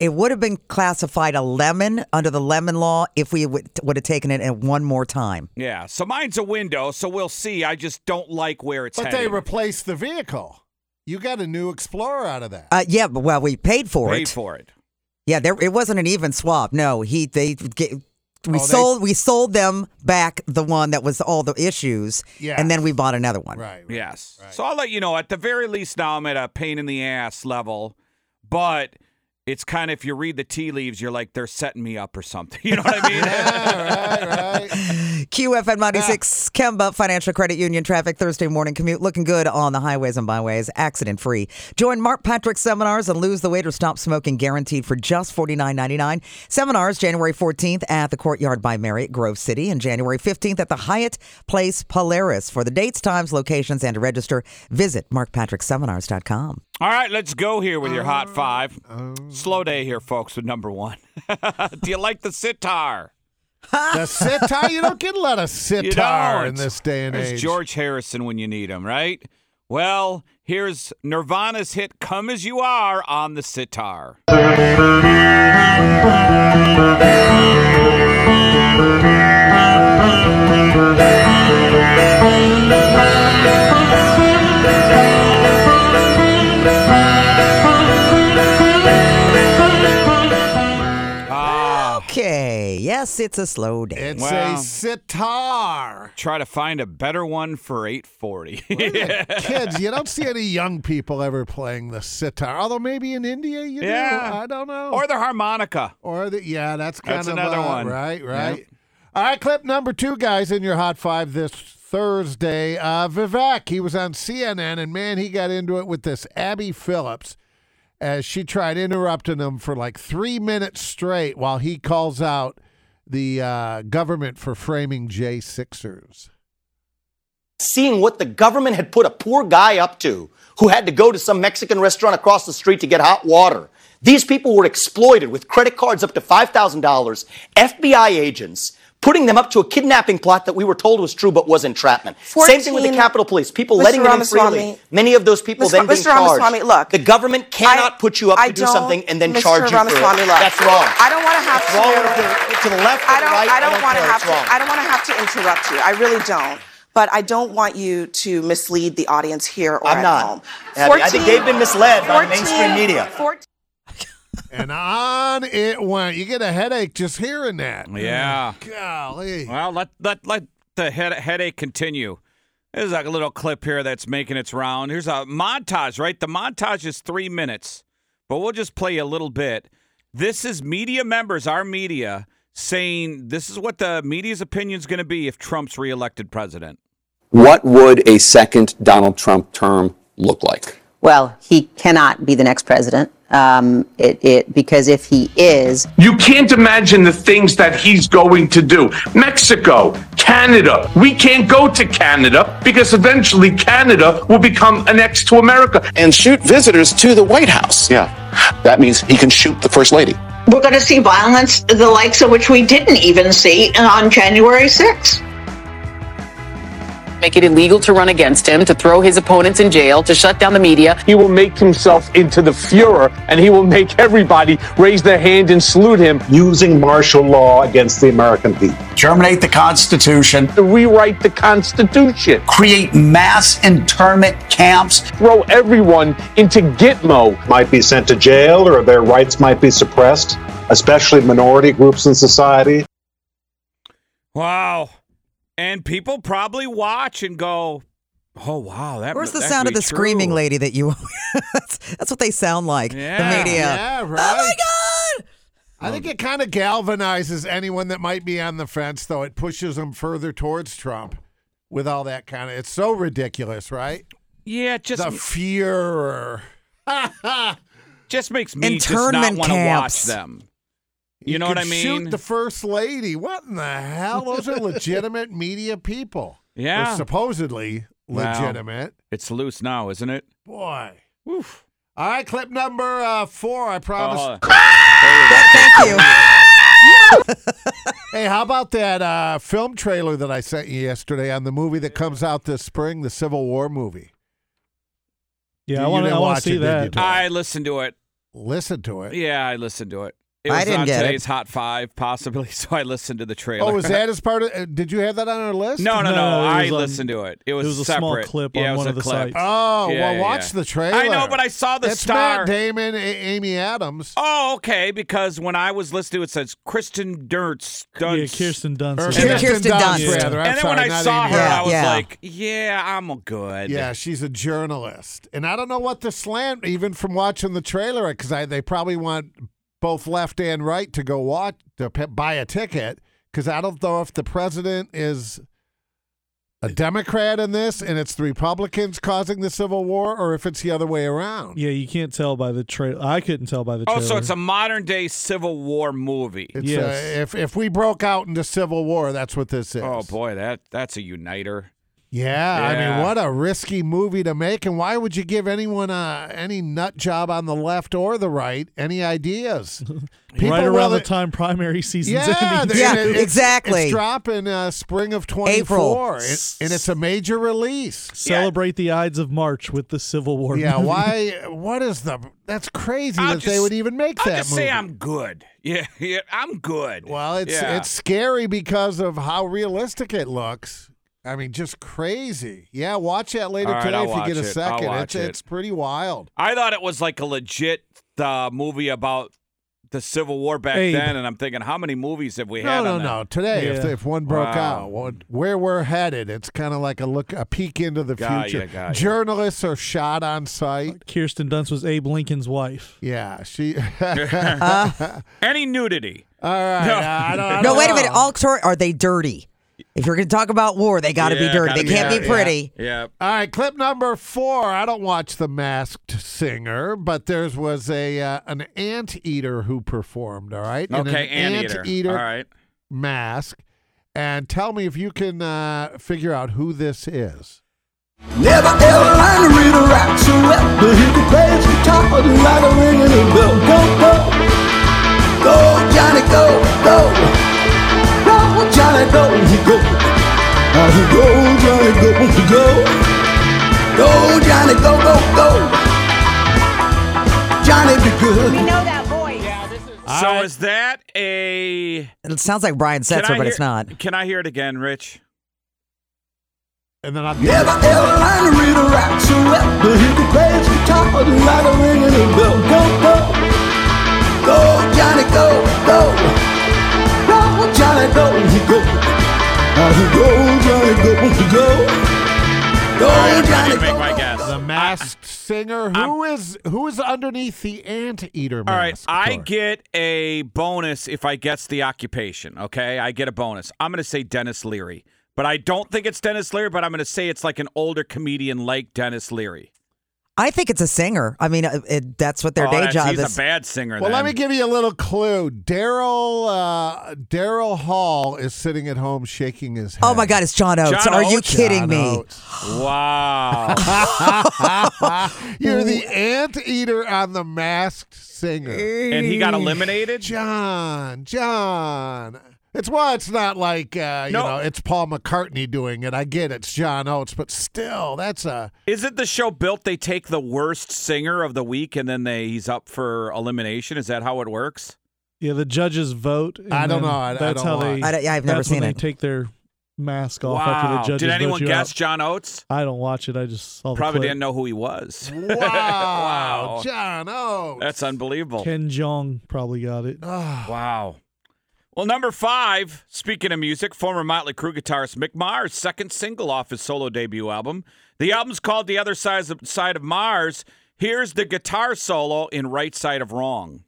S10: it would have been classified a lemon under the lemon law if we would, would have taken it at one more time.
S3: Yeah. So mine's a window, so we'll see. I just don't like where it's
S4: but they
S3: headed.
S4: replaced the vehicle. You got a new Explorer out of that.
S10: Uh, yeah, but well, we paid for
S3: Pay
S10: it.
S3: for it.
S10: yeah, there it wasn't an even swap. No, he they get, we
S4: Oh, they-
S10: sold we sold them back the one that was all the issues,
S4: Yeah.
S10: and then we bought another one.
S4: right. right.
S3: Yes. So I'll let you know. At the very least, now I'm at a pain in the ass level, but it's kind of if you read the tea leaves, you're like they're setting me up or something. You know what I mean?
S4: Yeah, right, right.
S10: QFN 96, Kemba Financial Credit Union traffic Thursday morning commute looking good on the highways and byways, accident free. Join Mark Patrick seminars and lose the weight or stop smoking guaranteed for just $49.99. Seminars January 14th at the Courtyard by Marriott Grove City and January 15th at the Hyatt Place Polaris. For the dates, times, locations, and to register, visit markpatrickseminars.com.
S3: All right, let's go here with your hot five. Slow day here, folks, with number one. Do you like the sitar?
S4: the sitar. You don't get a lot of sitar in
S3: don't.
S4: this day and
S3: There's
S4: age.
S3: George Harrison when you need him, right? Well, here's Nirvana's hit Come As You Are on the sitar. Ah,
S10: Okay, yes, it's a slow day.
S4: it's
S3: Wow.
S4: a sitar.
S3: Try to find a better one for 840.
S4: Kids, you don't see any young people ever playing the sitar. Although maybe in India, you do. I don't know.
S3: Or the harmonica.
S4: Or the yeah, that's kind
S3: That's
S4: of
S3: another
S4: uh,
S3: one.
S4: Right, right. All right, clip number two, guys, in your hot five this Thursday. Uh, Vivek, he was on CNN, and man, he got into it with this Abby Phillips as she tried interrupting him for like three minutes straight while he calls out the uh, government for framing J Sixers.
S5: seeing what the government had put a poor guy up to who had to go to some Mexican restaurant across the street to get hot water. These people were exploited with credit cards up to $5,000, FBI agents, putting them up to a kidnapping plot that we were told was true but was entrapment. Same thing with the
S6: 14
S5: Capitol Police, people
S6: Mr.
S5: letting them in
S6: Ramaswamy.
S5: freely. Many of those people
S6: Mr.
S5: then being
S6: Mr.
S5: charged.
S6: Ramaswamy, look.
S5: The government cannot
S6: I-
S5: put you up
S6: I
S5: to do
S6: don't-
S5: something and then
S6: Mr.
S5: charge you for
S6: Ramaswamy,
S5: it.
S6: look.
S5: That's wrong.
S6: I don't wanna have
S5: It's
S6: to-
S5: wrong to, to the left
S6: I
S5: or the
S6: don't,
S5: right.
S6: I don't, want to
S5: care.
S6: have
S5: It's wrong.
S6: to. I don't want to have to interrupt you. I really don't. But I don't want you to mislead the audience here or
S5: I'm
S6: at
S5: not.
S6: home.
S5: Abby, I think they've been misled by the mainstream media.
S6: 14
S4: and on it went. You get a headache just hearing that.
S3: Yeah.
S4: Golly.
S3: Well, let let let the head, headache continue. There's like a little clip here that's making its round. Here's a montage, right? The montage is three minutes, but we'll just play a little bit. This is media members, our media, saying this is what the media's opinion is going to be if Trump's reelected president.
S11: What would a second Donald Trump term look like?
S6: Well, he cannot be the next president.
S11: Um, it, it because if he is,
S12: You can't imagine the things that he's going to do. Mexico, Canada. We can't go to Canada because eventually Canada will become annexed to America. And shoot visitors to the White House. Yeah. That means he can shoot the First Lady.
S13: We're going to see violence, the likes of which we didn't even see on January 6th.
S14: Make it illegal to run against him, to throw his opponents in jail, to shut down the media.
S12: He will make himself into the Fuhrer and he will make everybody raise their hand and salute him. Using martial law against the American people.
S15: Terminate the Constitution.
S12: To rewrite the Constitution.
S15: Create mass internment camps.
S12: Throw everyone into Gitmo.
S16: might be sent to jail or their rights might be suppressed, especially minority groups in society.
S3: Wow. And people probably watch and go, "Oh wow, that."
S10: Where's the
S3: that
S10: sound
S3: could
S10: of
S3: be
S10: the screaming
S3: true."
S10: lady that you? that's, that's what they sound like. The media.
S4: Yeah, right.
S10: Oh my
S4: god! I think it kind of galvanizes anyone that might be on the fence, though. It pushes them further towards Trump with all that kind of. It's so ridiculous, right?
S3: Yeah, just
S4: the fear.
S3: just makes me just not
S4: Internment
S3: want to watch
S4: camps.
S3: them. You, know what I
S4: could
S3: mean?
S4: Shoot the first lady. What in the hell? Those are legitimate media people.
S3: Yeah.
S4: Or supposedly
S3: Wow.
S4: legitimate.
S3: It's loose now, isn't it?
S4: Boy. All right, clip number uh, four. I promise.
S3: Oh,
S4: Thank you. hey, how about that uh, film trailer that I sent you yesterday on the movie that comes out this spring, the Civil War movie?
S2: Yeah,
S4: You-
S2: I
S4: you
S2: want to
S4: didn't watch
S2: see
S4: it, did you,
S2: that.
S4: Tom?
S3: I listened to it.
S4: Listen to it.
S3: Yeah, I listened to it. It
S4: I
S3: was
S4: didn't
S3: on
S4: get it.
S3: today's Hot Five, possibly. So I listened to the trailer.
S4: Oh, was that as part of? uh, Did you have that on our list?
S3: No, no, no.
S2: No, it
S3: I
S2: was on-
S3: listened to it. It was,
S2: it was a
S3: separate.
S2: small clip
S3: yeah,
S2: on
S3: it was
S2: one
S3: a
S2: of the
S3: clip.
S2: sites.
S4: Oh,
S3: Yeah,
S4: well,
S3: yeah,
S4: watch
S3: yeah.
S4: the trailer.
S3: I know, but I saw the
S4: it's
S3: star.
S4: Matt Damon, A- Amy Adams.
S3: Oh, okay. Because when I was listening, to it, it says Kristen Dunst. Dunst.
S2: Yeah, Kirsten Dunst.
S4: Or
S2: is
S4: Kirsten
S2: in it.
S4: Kirsten Dunst, Dunst. rather. I'm
S3: and then when
S4: sorry,
S3: I
S4: not
S3: saw
S4: Amy
S3: her, I
S4: Adams.
S3: was
S4: Yeah.
S3: like, "Yeah, I'm good."
S4: Yeah, she's a journalist, and I don't know what the slant, even from watching the trailer, because I they probably want both left and right to go watch to p- buy a ticket, because I don't know if the president is a Democrat in this, and it's the Republicans causing the Civil War, or if it's the other way around.
S2: Yeah, you can't tell by the trailer. I couldn't tell by the
S3: Oh,
S2: trailer.
S3: so it's a modern day Civil War movie.
S4: It's, uh, if if we broke out into Civil War, that's what this is.
S3: oh boy, that that's a uniter.
S4: Yeah, I
S3: Yeah.
S4: mean, what a risky movie to make, and why would you give anyone uh, any nut job on the left or the right any ideas?
S2: right
S4: will-
S2: around the time primary season's
S4: yeah,
S2: ending.
S4: th- and it- it's- It's dropping uh, spring of twenty four, and, and it's a major release.
S2: Celebrate the Ides of March with the Civil War.
S4: Yeah,
S2: movie.
S4: why? What is the? That's crazy
S3: I'll
S4: that they
S3: just-
S4: would even make
S3: I'll
S4: that
S3: just
S4: movie.
S3: say I'm good. Yeah, yeah, I'm good.
S4: Well, it's
S3: yeah.
S4: it's scary because of how realistic it looks. I mean, just crazy. Yeah, watch that later
S3: All right,
S4: today
S3: I'll
S4: if you get
S3: watch
S4: a
S3: it.
S4: 2nd
S3: I'll watch
S4: it's
S3: it.
S4: it's pretty wild.
S3: I thought it was like a legit uh, movie about the Civil War back
S4: Abe.
S3: then, and I'm thinking, how many movies have we had?
S4: No, no,
S3: on that?
S4: no. Today, if, if one broke
S3: Wow.
S4: out, what, where we're headed, it's kind of like a look, a peek into the
S2: Got ya,
S4: future.
S2: got ya.
S4: Journalists are shot on sight.
S2: Kirsten Dunst was Abe Lincoln's wife.
S4: Yeah, she.
S3: Any nudity?
S4: All right.
S3: No.
S4: I don't,
S10: No, wait a minute. All tor- are they dirty? If you're going to talk about war, they got to
S3: Yeah,
S10: be dirty.
S3: gotta
S10: They can't be
S3: yeah,
S10: pretty.
S3: Yeah.
S4: All right, clip number four. I don't watch The Masked Singer, but there was a uh, an anteater who performed. All right, In
S3: Okay,
S4: an
S3: anteater. All right.
S4: mask, and tell me if you can uh, figure out who this is.
S7: Never ever learn to read a rap so well. But he could play his guitar like a ringing a bell. Go, go. Go, Johnny, go, go. Go, Johnny, go. He go. Uh, he go, Johnny, go, he go. Go, Johnny, go, go, go. Johnny be good.
S3: So is that a?
S10: It sounds like Brian
S3: Can
S10: Setzer,
S3: I
S10: but it's
S3: hear-
S10: not.
S3: Can I hear it again, Rich?
S4: And then I
S7: Never ever learn to read a rap so well. But he could play his guitar like a ringing a bell. Go, go. Go, Johnny, go, go. Go, Johnny, go. He go. Uh, he go, Johnny, go, he go. Go, Johnny, go.
S3: my guess.
S4: The Masked Singer. Who is who is underneath the anteater mask?
S3: All right, I get a bonus if I guess the occupation. Okay, I get a bonus. I'm going to say Dennis Leary, but I don't think it's Dennis Leary. But I'm going to say it's like an older comedian like Dennis Leary.
S10: I think it's a singer. I mean, it, it- that's what their
S3: Oh,
S10: day
S3: that's-
S10: job
S3: he's
S10: is.
S3: a bad singer.
S4: Well, let
S3: then.
S4: me give you a little clue. Daryl uh, Daryl Hall is sitting at home shaking his head.
S10: Oh my God, it's John Oates.
S4: John
S10: Are you
S4: Oates.
S10: kidding
S4: John
S10: me?
S4: Oates.
S3: Wow.
S4: You're the anteater on the masked singer.
S3: And he got eliminated?
S4: John, John. It's why it's not like uh, you
S3: No.
S4: know, it's Paul McCartney doing it. I get it's John Oates, but still, that's a
S3: Isn't the show built? They take the worst singer of the week and then they he's up for elimination. Is that how it works?
S2: Yeah, the judges vote. and
S3: I don't
S2: then
S3: know. I- I
S2: that's
S3: don't
S2: how
S3: watch.
S2: they.
S3: I don't- yeah, I've never
S2: that's
S3: seen
S2: when
S3: it.
S2: They take their mask off after the
S3: Wow.
S2: judges.
S3: Did
S2: vote
S3: anyone
S2: you
S3: guess
S2: out.
S3: John Oates?
S2: I don't watch it. I just saw the
S3: Probably
S2: clip.
S3: didn't know who he was.
S4: Wow. John Oates.
S3: That's unbelievable.
S2: Ken Jong probably got it.
S3: wow. Well, number five, speaking of music, former Motley Crue guitarist Mick Mars' second single off his solo debut album. The album's called The Other Side of, Side of Mars. Here's the guitar solo in Right Side of Wrong.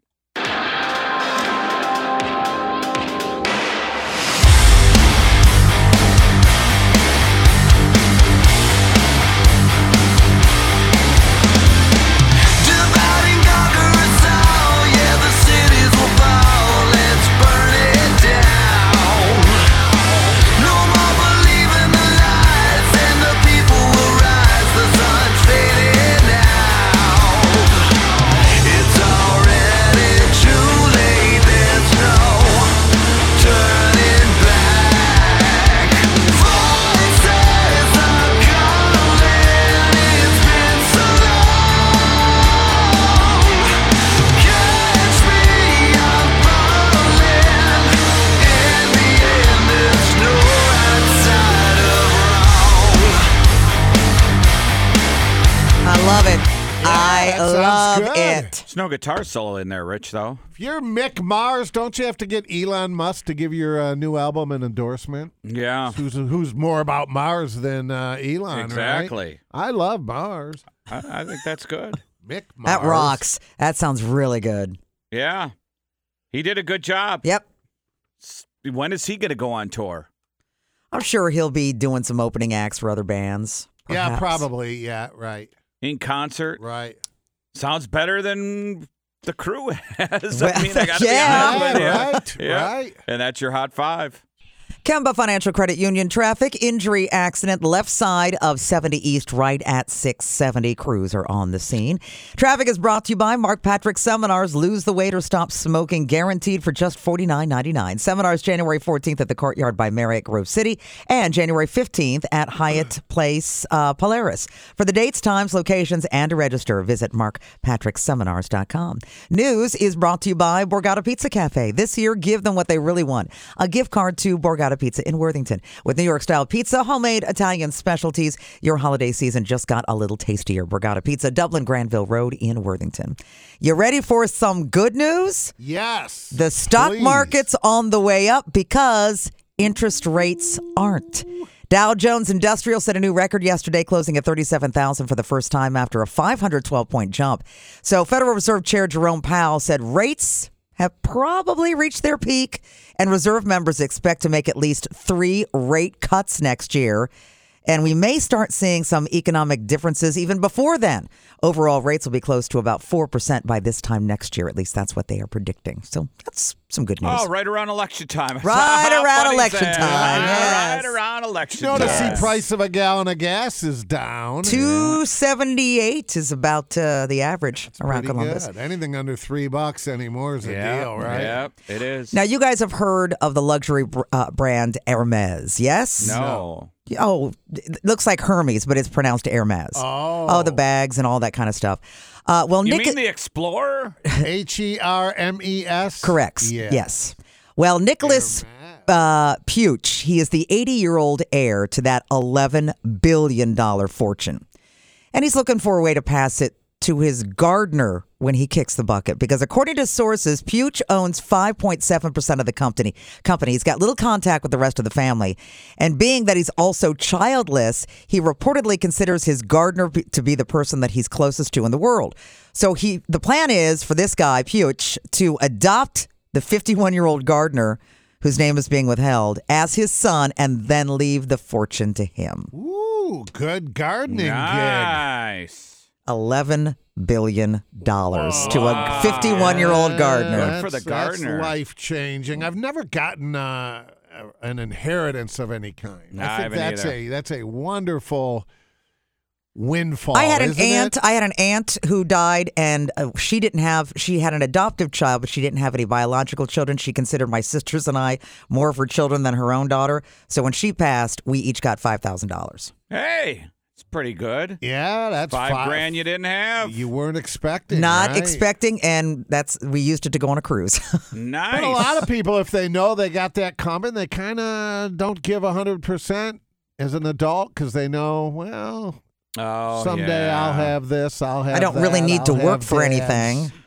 S10: I love it. I
S4: sounds
S10: love
S4: good.
S10: it.
S3: There's no guitar solo in there, Rich, though.
S4: If you're Mick Mars, don't you have to get Elon Musk to give your uh, new album an endorsement?
S3: Yeah.
S4: Who's who's more about Mars than uh, Elon? right?
S3: Exactly.
S4: I love Mars.
S3: I, I think that's good.
S4: Mick
S10: That rocks. That sounds really good.
S3: Yeah. He did a good job.
S10: Yep.
S3: When is he going to go on tour?
S10: I'm sure he'll be doing some opening acts for other bands.
S4: Yeah,
S10: perhaps.
S4: probably. Yeah, right.
S3: In concert?
S4: Right.
S3: Sounds better than the crew has. I
S10: Well,
S3: mean, I got to
S10: yeah.
S3: be honest with you.
S10: Yeah, right,
S3: Yeah.
S10: right.
S3: And that's your hot five.
S10: Kemba Financial Credit Union traffic injury accident left side of 70 East right at 670 crews are on the scene. Traffic is brought to you by Mark Patrick Seminars lose the weight or stop smoking guaranteed for just $49.99. Seminars January 14th at the Courtyard by Marriott Grove City and January 15th at Hyatt Place uh, Polaris. For the dates, times, locations and to register visit markpatrickseminars.com. News is brought to you by Borgata Pizza Cafe. This year give them what they really want. A gift card to Borgata Pizza in Worthington. With New York style pizza, homemade Italian specialties, your holiday season just got a little tastier. Borgata Pizza, Dublin Granville Road in Worthington. You ready for some good news?
S4: Yes.
S10: The stock
S4: please.
S10: market's on the way up because interest rates aren't. Dow Jones Industrial set a new record yesterday, closing at 37,000 for the first time after a 512 point jump. So, Federal Reserve Chair Jerome Powell said rates have probably reached their peak, and reserve members expect to make at least three rate cuts next year. And we may start seeing some economic differences even before then. Overall rates will be close to about 4% by this time next year. At least that's what they are predicting. So that's some good news.
S3: Oh, right around election time.
S10: Right
S3: How
S10: around
S3: funny is
S10: election
S3: that?
S10: time, yes.
S3: Right around election
S4: Notice
S3: time.
S4: the price of a gallon of gas is down.
S10: 278 is about uh, the average around
S4: Pretty
S10: Columbus.
S4: good. Anything under three bucks anymore is a deal, right?
S3: Yep, it is.
S10: Now, you guys have heard of the luxury br- uh, brand Hermes, yes?
S3: No.
S10: Oh, it looks like Hermes, but it's pronounced Hermes.
S4: Oh.
S10: the bags and all that kind of stuff. Uh, well,
S3: you
S10: Nick.
S3: mean the Explorer?
S4: H E R M E S.
S10: Correct.
S4: Yeah.
S10: Yes. Well, Nicholas uh, Puch, he is the 80 year old heir to that $11 billion fortune. And he's looking for a way to pass it to his gardener when he kicks the bucket because according to sources Puch owns 5.7% of the company company he's got little contact with the rest of the family and being that he's also childless he reportedly considers his gardener be- to be the person that he's closest to in the world so he the plan is for this guy Puch to adopt the 51-year-old gardener whose name is being withheld as his son and then leave the fortune to him
S4: Ooh, good gardening gig.
S3: Nice.
S10: eleven billion dollars to a
S3: Ah,
S10: fifty-one-year-old gardener.
S4: That's- that's life changing. I've never gotten uh, an inheritance of any kind.
S10: Nah, I
S4: I think
S10: haven't
S4: that's
S10: either.
S4: a that's a wonderful windfall.
S10: I had an
S4: isn't it?
S10: aunt. uh, I had an aunt who died, and uh, she didn't have. She had an adoptive child, but she didn't have any biological children. She considered my sisters and I more of her children than her own daughter. So when she passed, we each got five thousand dollars.
S3: Hey, it's pretty good.
S4: Yeah, that's
S3: five,
S10: five.
S3: grand you didn't have.
S4: You weren't expecting.
S10: Not
S4: right?
S10: expecting, and that's we used it to go on a cruise.
S3: Nice.
S4: But a lot of people, if they know they got that coming, they kind of don't give hundred percent as an adult because they know, well,
S3: Oh,
S4: someday
S3: yeah.
S4: I'll have this. I'll have.
S10: I don't really
S4: that,
S10: need to
S4: I'll
S10: work
S4: have
S10: for
S4: this.
S10: anything.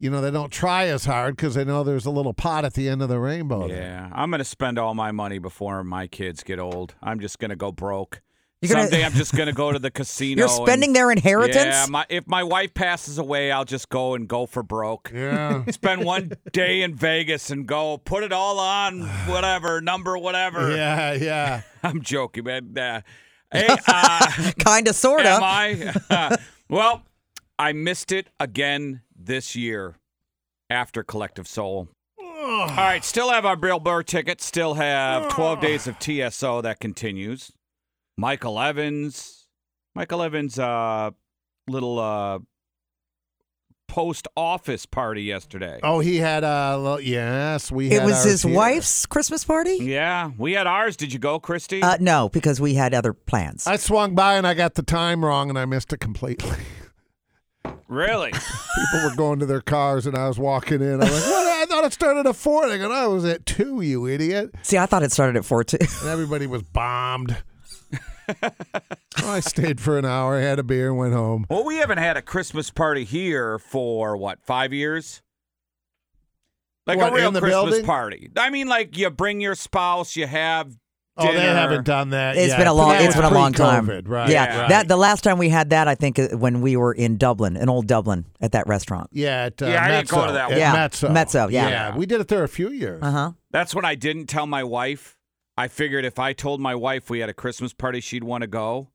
S4: You know, they don't try as hard because they know there's a little pot at the end of the rainbow. there.
S3: Yeah, I'm gonna spend all my money before my kids get old. I'm just gonna go broke.
S10: You're gonna-
S3: Someday I'm just gonna go to the casino.
S10: You're spending
S3: and-
S10: their inheritance?
S3: Yeah, my, if my wife passes away, I'll just go and go for broke.
S4: Yeah.
S3: spend one day in Vegas and go put it all on whatever number whatever.
S4: Yeah, yeah.
S3: I'm joking, man. Uh, hey, uh,
S10: kind of, sort of.
S3: Am I? well, I missed it again this year after Collective Soul. All right, still have our Bill Burr ticket. Still have 12 days of TSO that continues. Michael Evans, Michael Evans' uh, little uh, post office party yesterday.
S4: Oh, he had a little. Yes, we.
S10: It
S4: had
S10: was
S4: ours
S10: his
S4: here.
S10: wife's Christmas party.
S3: Yeah, we had ours. Did you go, Christy?
S10: Uh, no, because we had other plans.
S4: I swung by and I got the time wrong and I missed it completely.
S3: really?
S4: People were going to their cars and I was walking in. I was like, "What? I thought it started at four. They go, "I was at two, you idiot!"
S10: See, I thought it started at four too.
S4: And everybody was bombed. So I stayed for an hour, had a beer, and went home.
S3: Well, we haven't had a Christmas party here for what five years. Like
S4: What,
S3: a real
S4: in the
S3: Christmas
S4: building?
S3: party. I mean, like you bring your spouse, you have.
S4: Oh, they
S3: dinner.
S4: haven't done that.
S10: It's
S4: yeah,
S10: been a long.
S4: that
S10: It's
S4: was
S10: been a long time.
S4: pre-COVID, Right.
S10: Yeah.
S4: right.
S10: That the last time we had that, I think, uh, when we were in Dublin, in old Dublin, at that restaurant.
S4: Yeah. At, uh,
S3: Yeah, I didn't go
S4: Mezzo.
S3: to that
S4: At
S3: one.
S10: Yeah,
S4: Mezzo.
S10: Mezzo, yeah.
S4: Yeah. We did it there a few years.
S10: Uh huh.
S3: That's when I didn't tell my wife. I figured if I told my wife we had a Christmas party, she'd want to go.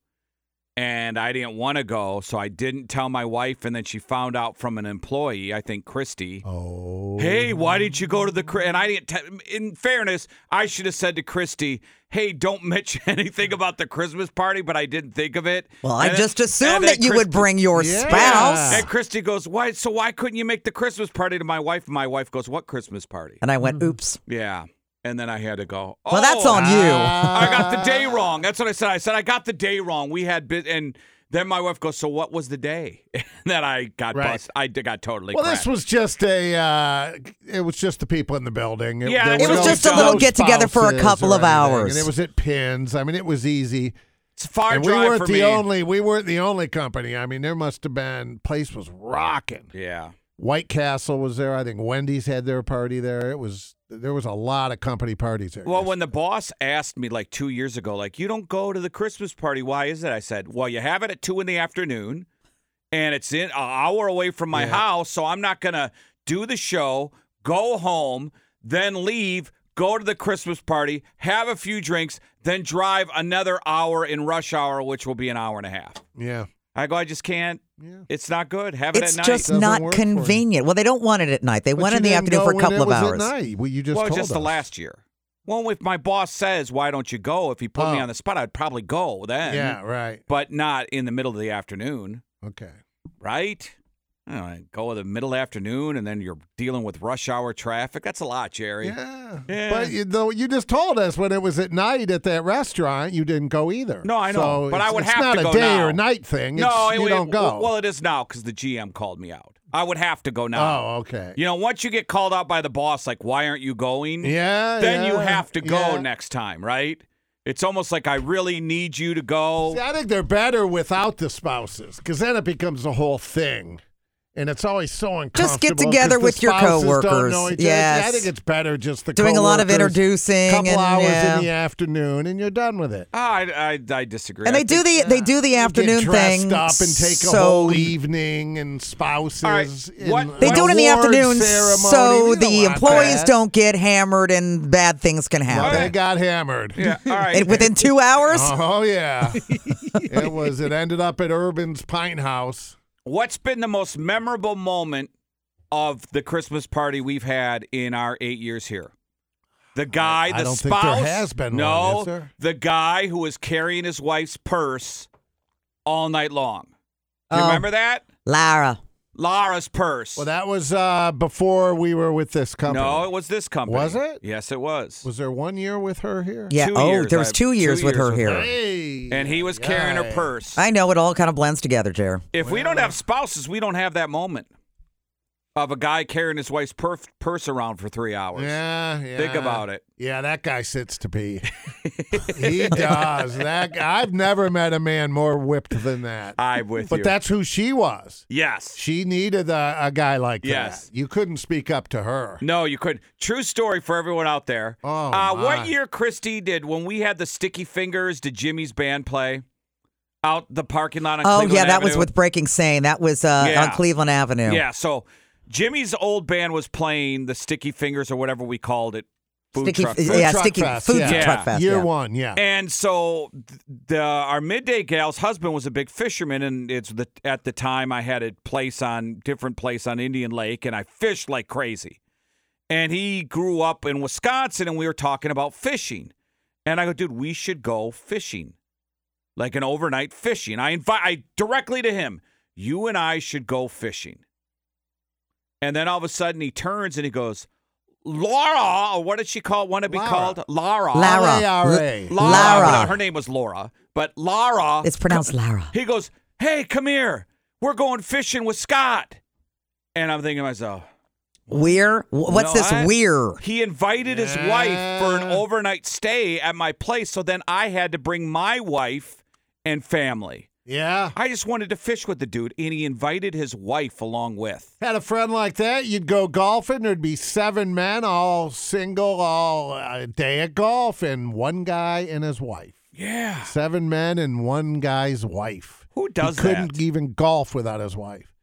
S3: And I didn't want to go, so I didn't tell my wife. And then she found out from an employee, I think Christy.
S4: Oh.
S3: Hey, why didn't you go to the. Chri-" And I didn't. T- in fairness, I should have said to Christy, hey, don't mention anything about the Christmas party, but I didn't think of it.
S10: Well, I
S3: And then-
S10: just assumed
S3: and then
S10: that you would
S3: Christy-
S10: bring your
S3: Yeah.
S10: spouse.
S3: And Christy goes, why? So why couldn't you make the Christmas party to my wife? And my wife goes, what Christmas party?
S10: And I went, oops.
S3: Yeah. And then I had to go. Oh,
S10: Uh, Well, that's on you.
S4: uh,
S3: I got the day wrong. That's what I said. I said I got the day wrong. We had bit, and then my wife goes, "So what was the day?" And then I got
S4: Right.
S3: bust. I d- got totally.
S4: Well,
S3: cracked.
S4: this was just a. Uh, it was just the people in the building.
S3: Yeah,
S4: there
S3: it
S4: were
S3: was
S4: no-
S3: just
S10: a little
S4: no
S10: get-together for a
S4: spouses
S10: couple
S4: or
S10: of
S4: anything,
S10: hours.
S4: and it was at Pins. I mean, it was easy.
S3: it's a far
S4: and we
S3: drive
S4: weren't
S3: for
S4: the
S3: me.
S4: only. We weren't the only company. I mean, there must have been. Place was rocking.
S3: Yeah.
S4: White Castle was there. I think Wendy's had their party there. It was there was a lot of company parties there.
S3: Well, when the boss asked me like two years ago, like, you don't go to the Christmas party. Why is it? I said, well, you have it at two in the afternoon and it's in an hour away from my house. So I'm not going to do the show, go home, then leave, go to the Christmas party, have a few drinks, then drive another hour in rush hour, which will be an hour and a half.
S4: yeah,
S3: I go, I just can't. It's not good. Have it
S10: It's
S3: at night.
S10: just not convenient. Well, they don't want it at night. They
S4: But
S10: want it
S4: you
S10: in the
S4: didn't
S10: afternoon
S4: know
S10: for a
S4: when
S10: couple
S4: it
S10: of
S4: was
S10: hours.
S4: At night. Well, you just
S3: well,
S4: told
S3: just the
S4: us.
S3: last year. Well, if my boss says, "Why don't you go?" If he put me
S4: Oh.
S3: on the spot, I'd probably go then.
S4: Yeah, right.
S3: But not in the middle of the afternoon,
S4: Okay.
S3: right? I don't know, go in the middle afternoon, and then you're dealing with rush hour traffic. That's a lot, Jerry.
S4: Yeah.
S3: Yeah.
S4: But you, though you just told us when it was at night at that restaurant, you didn't go either.
S3: No, I know,
S4: So
S3: but I
S4: it's-
S3: would
S4: it's
S3: have
S4: not
S3: to
S4: a
S3: go
S4: day
S3: now.
S4: or night thing.
S3: no,
S4: It's- you
S3: it-
S4: don't
S3: it-
S4: go.
S3: Well, it is now because the GM called me out. I would have to go now.
S4: oh, okay.
S3: You know, once you get called out by the boss, like, why aren't you going?
S4: Yeah,
S3: Then you
S4: yeah,
S3: have to go
S4: yeah.
S3: next time, right? It's almost like I really need you to go.
S4: See, I think they're better without the spouses because then it becomes a whole thing. And it's always so uncomfortable.
S10: Just get
S4: 'cause
S10: together
S4: the
S10: with your
S4: spouses don't
S10: coworkers.
S4: know each other.
S10: Yes.
S4: I think it's better just the
S10: Doing a lot of
S4: coworkers,
S10: introducing
S4: couple
S10: and,
S4: hours
S10: yeah.
S4: in the afternoon, and you're done with it.
S3: Ah, I, I, I disagree.
S10: And
S3: I
S10: they do
S3: think-
S10: the they do the afternoon
S4: get dressed
S10: thing.
S4: up and take
S10: so
S4: a whole evening and spouses.
S3: All right,
S4: and
S3: what-
S10: they do it in the
S4: award
S10: afternoon
S4: ceremony.
S10: so
S4: We don't
S10: the
S4: want
S10: employees
S4: that.
S10: don't get hammered and bad things can
S4: Well,
S10: happen.
S4: they got hammered.
S3: Yeah, all right.
S10: And
S3: Uh-huh.
S10: within two hours,
S4: Oh yeah, it was. It ended up at Urban's Pine House.
S3: What's been the most memorable moment of the Christmas party we've had in our eight years here? The guy,
S4: I
S3: the
S4: don't think
S3: spouse.
S4: there has been
S3: no,
S4: one, is there?
S3: the guy who was carrying his wife's purse all night long. Do you
S10: Oh.
S3: remember that?
S10: Lara.
S3: Lara's purse.
S4: Um, Well, that was uh, before we were with this company.
S3: No, it was this company.
S4: Was it?
S3: Yes, it was.
S4: Was there one year with her here?
S10: Yeah.
S3: Two
S10: oh,
S3: years,
S10: there was
S3: I-
S10: two years with her here.
S3: and he was carrying her purse.
S10: I know it all kind of blends together, Jer.
S3: If we don't have spouses, we don't have that moment of a guy carrying his wife's perf- purse around for three hours.
S4: Yeah, yeah.
S3: Think about it.
S4: Yeah, that guy sits to pee. he does. That guy- I've never met a man more whipped than that.
S3: I'm with
S4: But
S3: you.
S4: that's who she was.
S3: Yes.
S4: She needed a, a guy like
S3: Yes.
S4: that. You couldn't speak up to her.
S3: No, you couldn't. True story for everyone out there. Oh, uh,
S4: my.
S3: what year Christy did when we had the sticky fingers? Did Jimmy's band play out the parking lot? On
S10: Oh
S3: Cleveland
S10: yeah, that was
S3: Avenue?
S10: with Breaking Sane. That was uh,
S3: Yeah.
S10: on Cleveland Avenue.
S3: Yeah, so Jimmy's old band was playing the Sticky Fingers or whatever we called it. Food
S10: Sticky-
S3: truck
S10: yeah,
S3: fest.
S10: Food truck sticky- fest, food yeah. truck fest, Year yeah.
S4: one, yeah.
S3: And so th- the our midday gal's husband was a big fisherman, and it's the at the time I had a place on different place on Indian Lake, and I fished like crazy. And he grew up in Wisconsin, and we were talking about fishing, and I go, dude, we should go fishing like an overnight fishing. I invite I directly to him. You and I should go fishing. And then all of a sudden he turns and he goes, Laura, or what did she call want to be called? Lara. Lara.
S10: Lara. L-
S3: Lara.
S10: Lara.
S3: No, uh, her name was Laura, but Lara.
S10: It's pronounced Lara.
S3: He goes, Hey, come here. We're going fishing with Scott. And I'm thinking to myself,
S10: Weir. Wh- What's
S3: "You know
S10: this
S3: what?
S10: weir?
S3: He invited his wife for an overnight stay at my place. So then I had to bring my wife and family.
S4: Yeah.
S3: I just wanted to fish with the dude, and he invited his wife along with.
S4: Had a friend like that, you'd go golfing. There'd be seven men, all single, all uh, day at golf, and one guy and his wife.
S3: Yeah.
S4: Seven men and one guy's wife.
S3: Who does
S4: he couldn't even golf without his wife.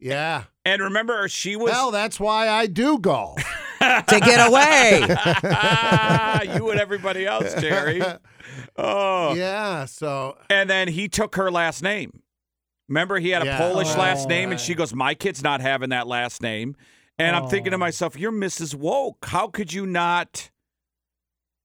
S4: Yeah.
S3: And remember, she was.
S4: Well, that's why I do golf.
S10: to get away.
S3: you and everybody else, Jerry. Oh.
S4: Yeah, so.
S3: And then he took her last name. Remember, he had a
S4: Yeah.
S3: Polish
S4: Oh,
S3: last name, and she goes, My kid's not having that last name. And I'm thinking
S4: Oh.
S3: to myself, You're Mrs. Woke. How could you not?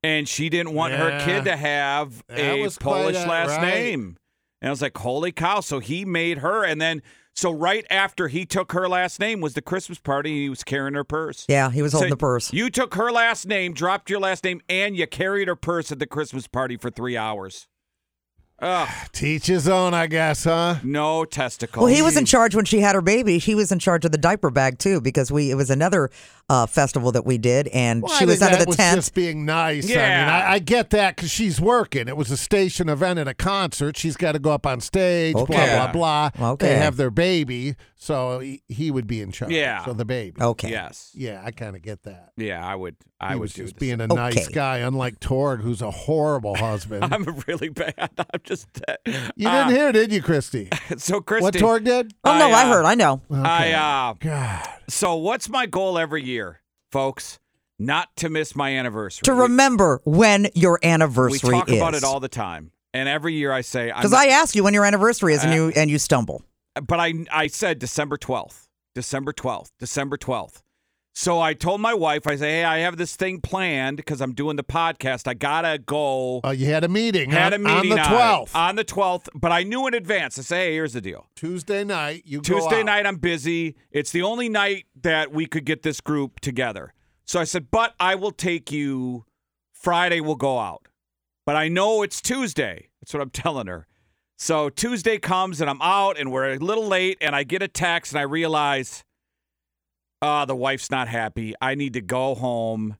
S3: And she didn't want her
S4: Yeah.
S3: kid to have
S4: That
S3: a
S4: was quite
S3: Polish
S4: a-
S3: last
S4: right.
S3: name. And I was like, Holy cow. So he made her. And then, so right after he took her last name was the Christmas party, and he was carrying her purse.
S10: Yeah, he was
S3: So
S10: holding the purse.
S3: You took her last name, dropped your last name, and you carried her purse at the Christmas party for three hours. Ugh,
S4: Teach his own, I guess, huh?
S3: no testicle.
S10: Well, he was in charge when she had her baby. She was in charge of the diaper bag too, because we it was another uh, festival that we did, and
S4: Well, I
S10: she was
S4: think
S10: under
S4: that
S10: the tent.
S4: Just being nice. I mean,
S3: Yeah.
S4: I, I get that because she's working. It was a station event at a concert. She's got to go up on stage.
S10: Okay.
S4: Blah blah blah. They
S10: Okay.
S4: have their baby, so he, he would be in charge.
S3: Yeah.
S4: So the baby.
S10: Okay.
S3: Yes.
S4: Yeah, I kind of get that.
S3: Yeah, I would. I
S4: he
S3: would
S4: was
S3: do
S4: just
S3: this.
S4: being a
S10: Okay.
S4: nice guy, unlike Torg, who's a horrible husband.
S3: I'm really bad. I'm just. uh,
S4: you didn't hear, did you, Christy?
S3: So Christy,
S4: What Torg did?
S10: oh no, I
S3: uh,
S10: heard. I know.
S3: I uh.
S4: God.
S3: So what's my goal every year, folks? Not to miss my anniversary.
S10: To remember when your
S3: we
S10: anniversary
S3: talk
S10: is,
S3: about it all the time, and every year I say I'm
S10: because
S3: not-
S10: I asked you when your anniversary
S3: Uh,
S10: is, and you and you stumble.
S3: but I I said December 12th, December 12th, December 12th. So I told my wife, I say, hey, I have this thing planned because I'm doing the podcast. I gotta go.
S4: Oh, you had a meeting.
S3: had a
S4: on-
S3: meeting Uh,
S4: on the
S3: it.
S4: twelfth,
S3: On the 12th, but I knew in advance. I say, hey, here's the deal.
S4: Tuesday night. You go
S3: Tuesday
S4: out.
S3: night, I'm busy. It's the only night that we could get this group together. So I said, but I will take you. Friday, we'll go out. But I know it's Tuesday. That's what I'm telling her. So Tuesday comes and I'm out and we're a little late and I get a text and I realize, ah, the wife's not happy. I need to go home.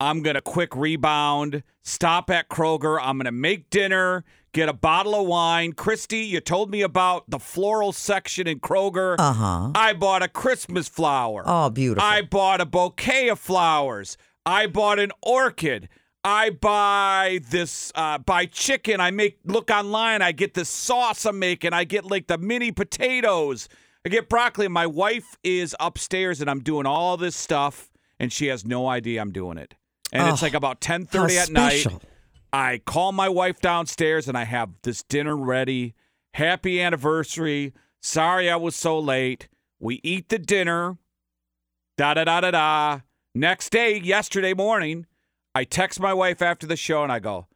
S3: I'm going to quick rebound, stop at Kroger. I'm going to make dinner, get a bottle of wine. Christy, you told me about the floral section in Kroger.
S10: Uh huh.
S3: I bought a Christmas flower.
S10: Oh, beautiful.
S3: I bought a bouquet of flowers. I bought an orchid. I buy this uh, buy chicken. I make look online. I get this sauce I'm making. I get like the mini potatoes. I get broccoli. My wife is upstairs and I'm doing all this stuff and she has no idea I'm doing it. And it's
S10: Oh,
S3: like about 10:30
S10: how
S3: at night.
S10: special.
S3: I call my wife downstairs and I have this dinner ready. Happy anniversary. Sorry I was so late. We eat the dinner. Da da da da da. Next day, yesterday morning, I text my wife after the show and I go,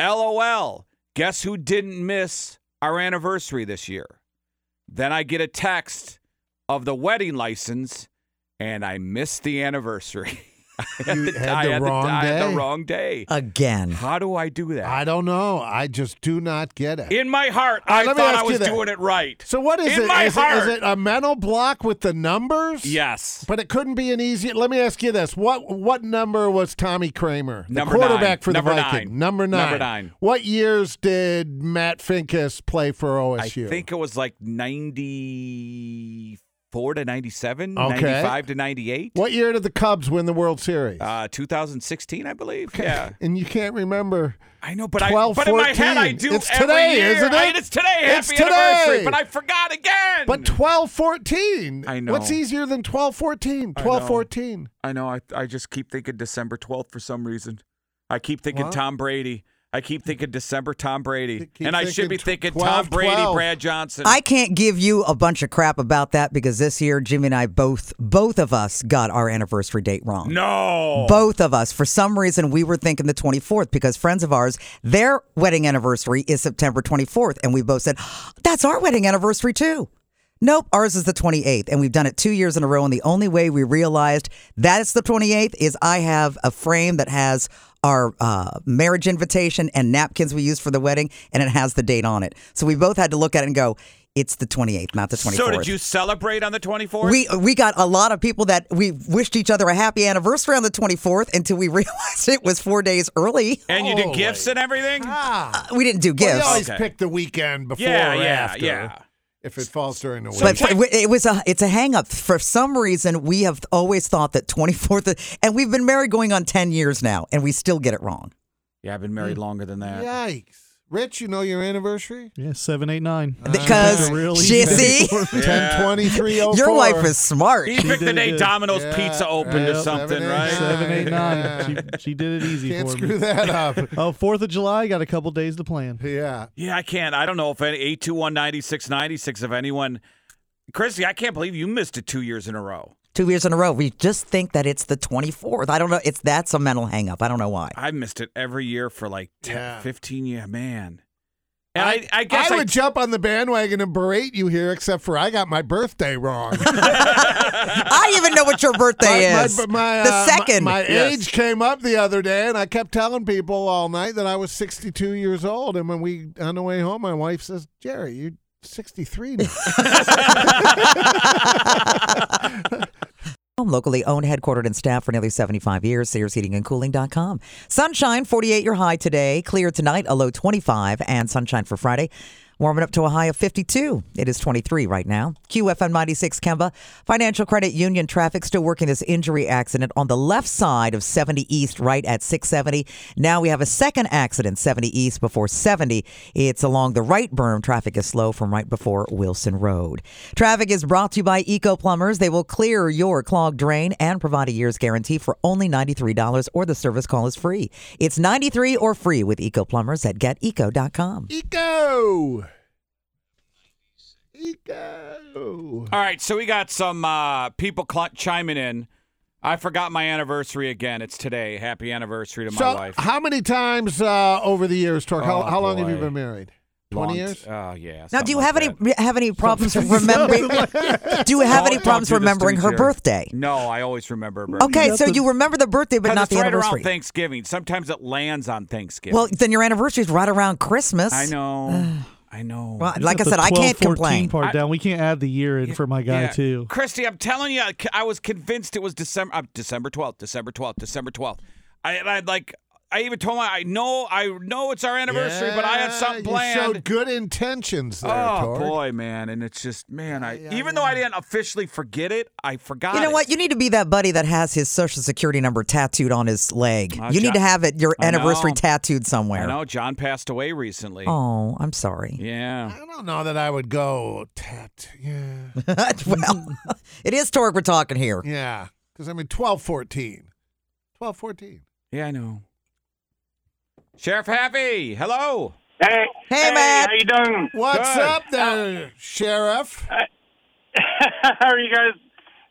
S3: LOL, guess who didn't miss our anniversary this year? Then I get a text of the wedding license and I missed the anniversary. I
S4: You
S3: the-
S4: had
S3: I
S4: the
S3: had the-
S4: wrong
S3: I had the
S4: day.
S3: wrong day.
S10: Again.
S3: How do I do that?
S4: I don't know. I just do not get it.
S3: In my heart,
S4: All
S3: I
S4: right, let me
S3: thought I
S4: ask you
S3: was
S4: that.
S3: doing it right.
S4: So what is
S3: In
S4: it?
S3: my
S4: Is it-
S3: heart.
S4: is it a mental block with the numbers?
S3: Yes.
S4: But it couldn't be an easy. Let me ask you this: what what number was Tommy Kramer, the
S3: Number nine.
S4: quarterback for the
S3: Number
S4: Viking?
S3: nine.
S4: Number nine.
S3: Number nine.
S4: What years did Matt Finkus play for
S3: I
S4: OSU?
S3: think it was like 94 to 97,
S4: Okay.
S3: 95 to 98,
S4: what year did the Cubs win the World Series?
S3: uh, 2016, I believe. Yeah.
S4: And you can't remember.
S3: I know, but
S4: 12,
S3: I but in my head I
S4: 14.
S3: do
S4: It's
S3: every
S4: today,
S3: year.
S4: isn't it?
S3: I- it's today.
S4: It's
S3: Happy anniversary,
S4: today.
S3: but I forgot again.
S4: But 12 14.
S3: I know.
S4: What's easier than 12 14?
S3: I
S4: 12
S3: know.
S4: 14.
S3: I know. I, I just keep thinking December 12th for some reason. I keep thinking
S4: What?
S3: Tom Brady. I keep thinking December Tom Brady.
S4: keep
S3: And I should be
S4: thinking
S3: thinking
S4: tw-
S3: Tom
S4: 12,
S3: Brady,
S4: 12.
S3: Brad Johnson.
S10: I can't give you a bunch of crap about that because this year Jimmy and I both both of us got our anniversary date wrong.
S3: No.
S10: Both of us. For some reason we were thinking the 24th because friends of ours, their wedding anniversary is September 24th and we both said, "That's our wedding anniversary too." Nope, ours is the 28th and we've done it 2 years in a row and the only way we realized that it's the 28th is I have a frame that has our uh, marriage invitation and napkins we used for the wedding, and it has the date on it. So we both had to look at it and go, "It's the 28th, not the 24th."
S3: So did you celebrate on the 24th?
S10: We we got a lot of people that we wished each other a happy anniversary on the 24th until we realized it was four days early. Uh,
S3: and you did gifts and everything?
S4: Ah.
S10: We didn't do
S4: Well, you
S10: gifts.
S4: always pick the weekend before
S3: Yeah,
S4: or
S3: yeah,
S4: after.
S3: yeah.
S4: If it falls during the week.
S10: But for- it was a it's a hang up. For some reason, we have always thought that 24th, of- and we've been married going on 10 years now, and we still get it wrong.
S3: Yeah, I've been married longer than that.
S4: Yikes. Rich, you know your anniversary?
S2: Yeah, seven, eight, nine.
S10: Uh,
S4: uh,
S10: Because Jesse-
S4: Ten twenty three oh four.
S10: Your wife is smart.
S3: He picked the day Domino's
S4: Yeah,
S3: Pizza opened
S2: yeah,
S3: or something,
S4: seven, eight,
S3: right?
S2: Seven, eight, nine.
S4: Yeah.
S2: She, she did it easy
S4: oh Can't
S2: for
S4: screw
S2: me.
S4: that up.
S2: Oh, Fourth of July, got a couple days to plan.
S4: Yeah.
S3: Yeah, I can't. I don't know if any 821-9696 if anyone Christy, I can't believe you missed it two years in a row.
S10: Two years in a row. We just think that it's the 24th. I don't know. It's that's a mental hang up. I don't know why.
S3: I missed it every year for like 10,
S4: Yeah.
S3: 15 years, man. And I, I guess
S4: I,
S3: I,
S4: would jump on the bandwagon and berate you here, except for I got my birthday wrong.
S10: I even know what your birthday
S4: my,
S10: is.
S4: my- my,
S10: the
S4: uh, my-
S10: second.
S4: My,
S3: Yes.
S4: age came up the other day, and I kept telling people all night that I was 62 years old. And when we on the way home, my wife says, "Jerry, you're 63 now."
S10: Home locally owned, headquartered, and staffed for nearly 75 years. Sears Heating and Cooling.com. Sunshine, 48 your high today. Clear tonight, a low 25, and sunshine for Friday. Warming up to a high of 52. It is 23 right now. QFM 96 Kemba. Financial Credit Union traffic still working this injury accident on the left side of 70 East, right at 670. Now we have a second accident, 70 East before 70. It's along the right berm. Traffic is slow from right before Wilson Road. Traffic is brought to you by Eco Plumbers. They will clear your clogged drain and provide a year's guarantee for only $93 or the service call is free. It's 93 or free with Eco Plumbers at geteco.com.
S4: Eco. Eco.
S3: All right, so we got some uh, people cl- chiming in. I forgot my anniversary again. It's today. Happy anniversary to my
S4: So,
S3: wife.
S4: how many times uh, over the years, Torque? How,
S3: Oh,
S4: how long have you
S3: boy.
S4: been married?
S3: Long
S4: 20
S3: t-
S4: years?
S3: Oh yeah.
S10: Now, do
S3: something
S10: you
S3: like
S10: have
S3: that.
S10: any have any problems remembering? Do you have any
S3: Don't- don't
S10: problems
S3: do this to
S10: remembering
S3: me,
S10: her
S3: Jerry.
S10: birthday?
S3: No, I always remember her birthday.
S10: Okay, so you remember the birthday, but
S3: 'Cause
S10: not
S3: it's
S10: the
S3: right
S10: anniversary.
S3: around Thanksgiving. Sometimes it lands on Thanksgiving.
S10: Well, then your anniversary is right around Christmas.
S3: I know. I know.
S10: Well,
S2: You
S10: like I
S2: got the
S10: said, I
S2: 12,
S10: can't
S2: 14
S10: complain.
S2: Part down. We can't add the year in for my guy
S3: Yeah.
S2: too.
S3: Christy, I'm telling you, I c- I was convinced it was December, uh, December 12th, December 12th, December 12th. I, and I like, I even told my, I know, I know it's our anniversary, but I had something
S4: Yeah,
S3: planned.
S4: You showed good intentions there,
S3: oh
S4: Torque.
S3: boy, man! And it's just, man, I even though I didn't officially forget it, I forgot.
S10: You know
S3: it.
S10: what? You need to be that buddy that has his social security number tattooed on his leg.
S3: My
S10: you
S3: jo-
S10: need to have it your
S3: I
S10: anniversary
S3: know.
S10: tattooed
S3: I
S10: somewhere.
S3: know John passed away recently.
S10: Oh, I'm sorry.
S3: Yeah.
S4: I don't know that I would go tat. Yeah.
S10: well, it is Torque we're talking here.
S4: Yeah. Because, I mean, 12, 14. 12, 14.
S3: Yeah, I know. Sheriff Happy, hello.
S17: Hey, hey, Matt. How you doing?
S4: What's up there, Sheriff?
S17: Uh, Are you guys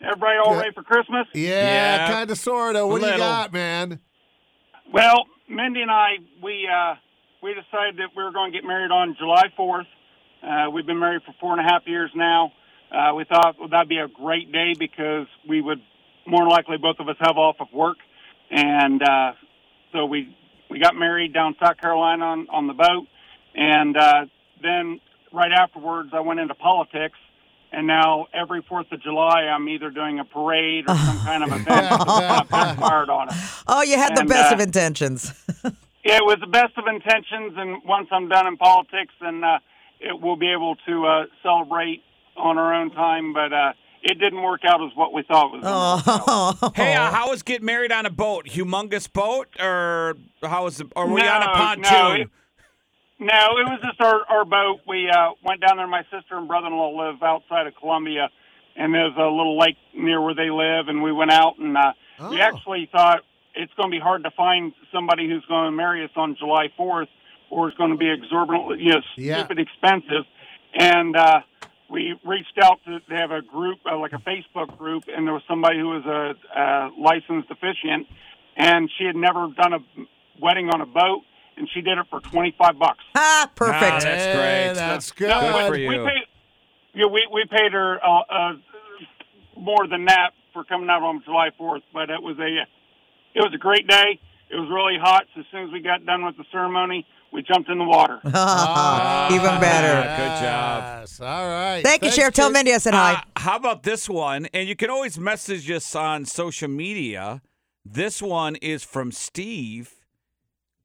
S17: everybody all right for Christmas?
S4: Yeah, kind of, sort of. What do you got, man?
S17: Well, Mindy and I, we uh, we decided that we were going to get married on July 4th. Uh, we've been married for four and a half years now. Uh, we thought well, that'd be a great day because we would more than likely both of us have off of work, and uh, so we we got married down South Carolina on on the boat, and uh, then right afterwards I went into politics. And now every Fourth of July, I'm either doing a parade or some kind of event that's fired on it.
S10: Oh, you had the
S17: And,
S10: best
S17: uh,
S10: of intentions.
S17: Yeah, it was the best of intentions, and once I'm done in politics, then uh, it, we'll be able to uh, celebrate on our own time. But uh, it didn't work out as what we thought it was.
S10: Oh.
S3: Hey, uh, how was getting married on a boat? Humongous boat, or how was? The, or were you on
S17: No,
S3: a
S17: No,
S3: pontoon?
S17: it, no, it was just our, our boat. We uh, went down there. My sister and brother-in-law live outside of Columbia, and there's a little lake near where they live. And we went out, and uh,
S4: Oh.
S17: we actually thought it's going to be hard to find somebody who's going to marry us on July 4th, or it's going to be exorbitant, you know, stupid expensive. And uh, we reached out to they have a group, uh, like a Facebook group, and there was somebody who was a, a licensed officiant, and she had never done a wedding on a boat, and she did it for twenty five bucks.
S10: Ah,
S4: perfect. that's Hey, great. that's good. Good for
S17: We
S4: you.
S17: paid, yeah, we we paid her uh, uh, more than that for coming out on July fourth, but it was a it was a great day. It was really hot. So as soon as we got done with the ceremony, we jumped in the water.
S10: Uh-huh. Even better.
S3: Ah, Good job.
S4: Ah. Yes. All right.
S10: Thank you, Sheriff. Tell Mindy I said hi.
S3: Uh, How about this one? And you can always message us on social media. This one is from Steve,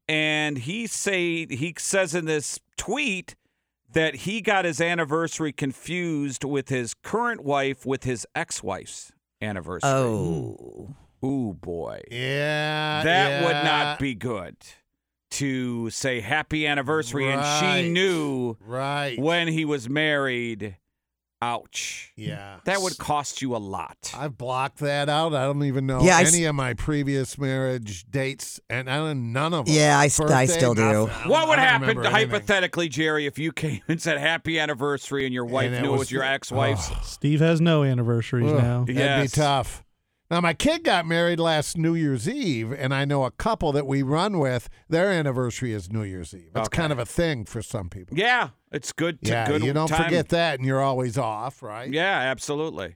S3: and he say he says in this tweet that he got his anniversary confused with his current wife with his ex-wife's anniversary.
S10: Oh.
S3: Ooh boy.
S4: Yeah.
S3: that would
S4: Uh, yeah.
S3: not be good to say happy anniversary and
S4: Right.
S3: she knew
S4: right
S3: when he was married ouch
S4: yeah
S3: that would cost you a lot
S4: I've blocked that out. I don't even know
S10: Yeah, I s-
S4: any of my previous marriage dates, and I don't none of them.
S10: Yeah, I s- I
S4: Birthday,
S10: still do.
S4: nothing. I don't-
S3: what would
S4: I don't
S3: happen
S4: remember anything.
S3: hypothetically jerry if you came and said happy anniversary and your wife
S4: And it
S3: knew it was,
S4: was- Oh.
S3: your ex-wife's
S2: Steve has no anniversaries
S4: Ugh,
S2: now.
S4: That'd be tough. Now my kid got married last New Year's Eve, and I know a couple that we run with. Their anniversary is New Year's Eve. It's
S3: Okay.
S4: kind of a thing for some people.
S3: yeah it's good to
S4: yeah,
S3: good
S4: you don't
S3: time.
S4: forget that, and you're always off, right?
S3: yeah absolutely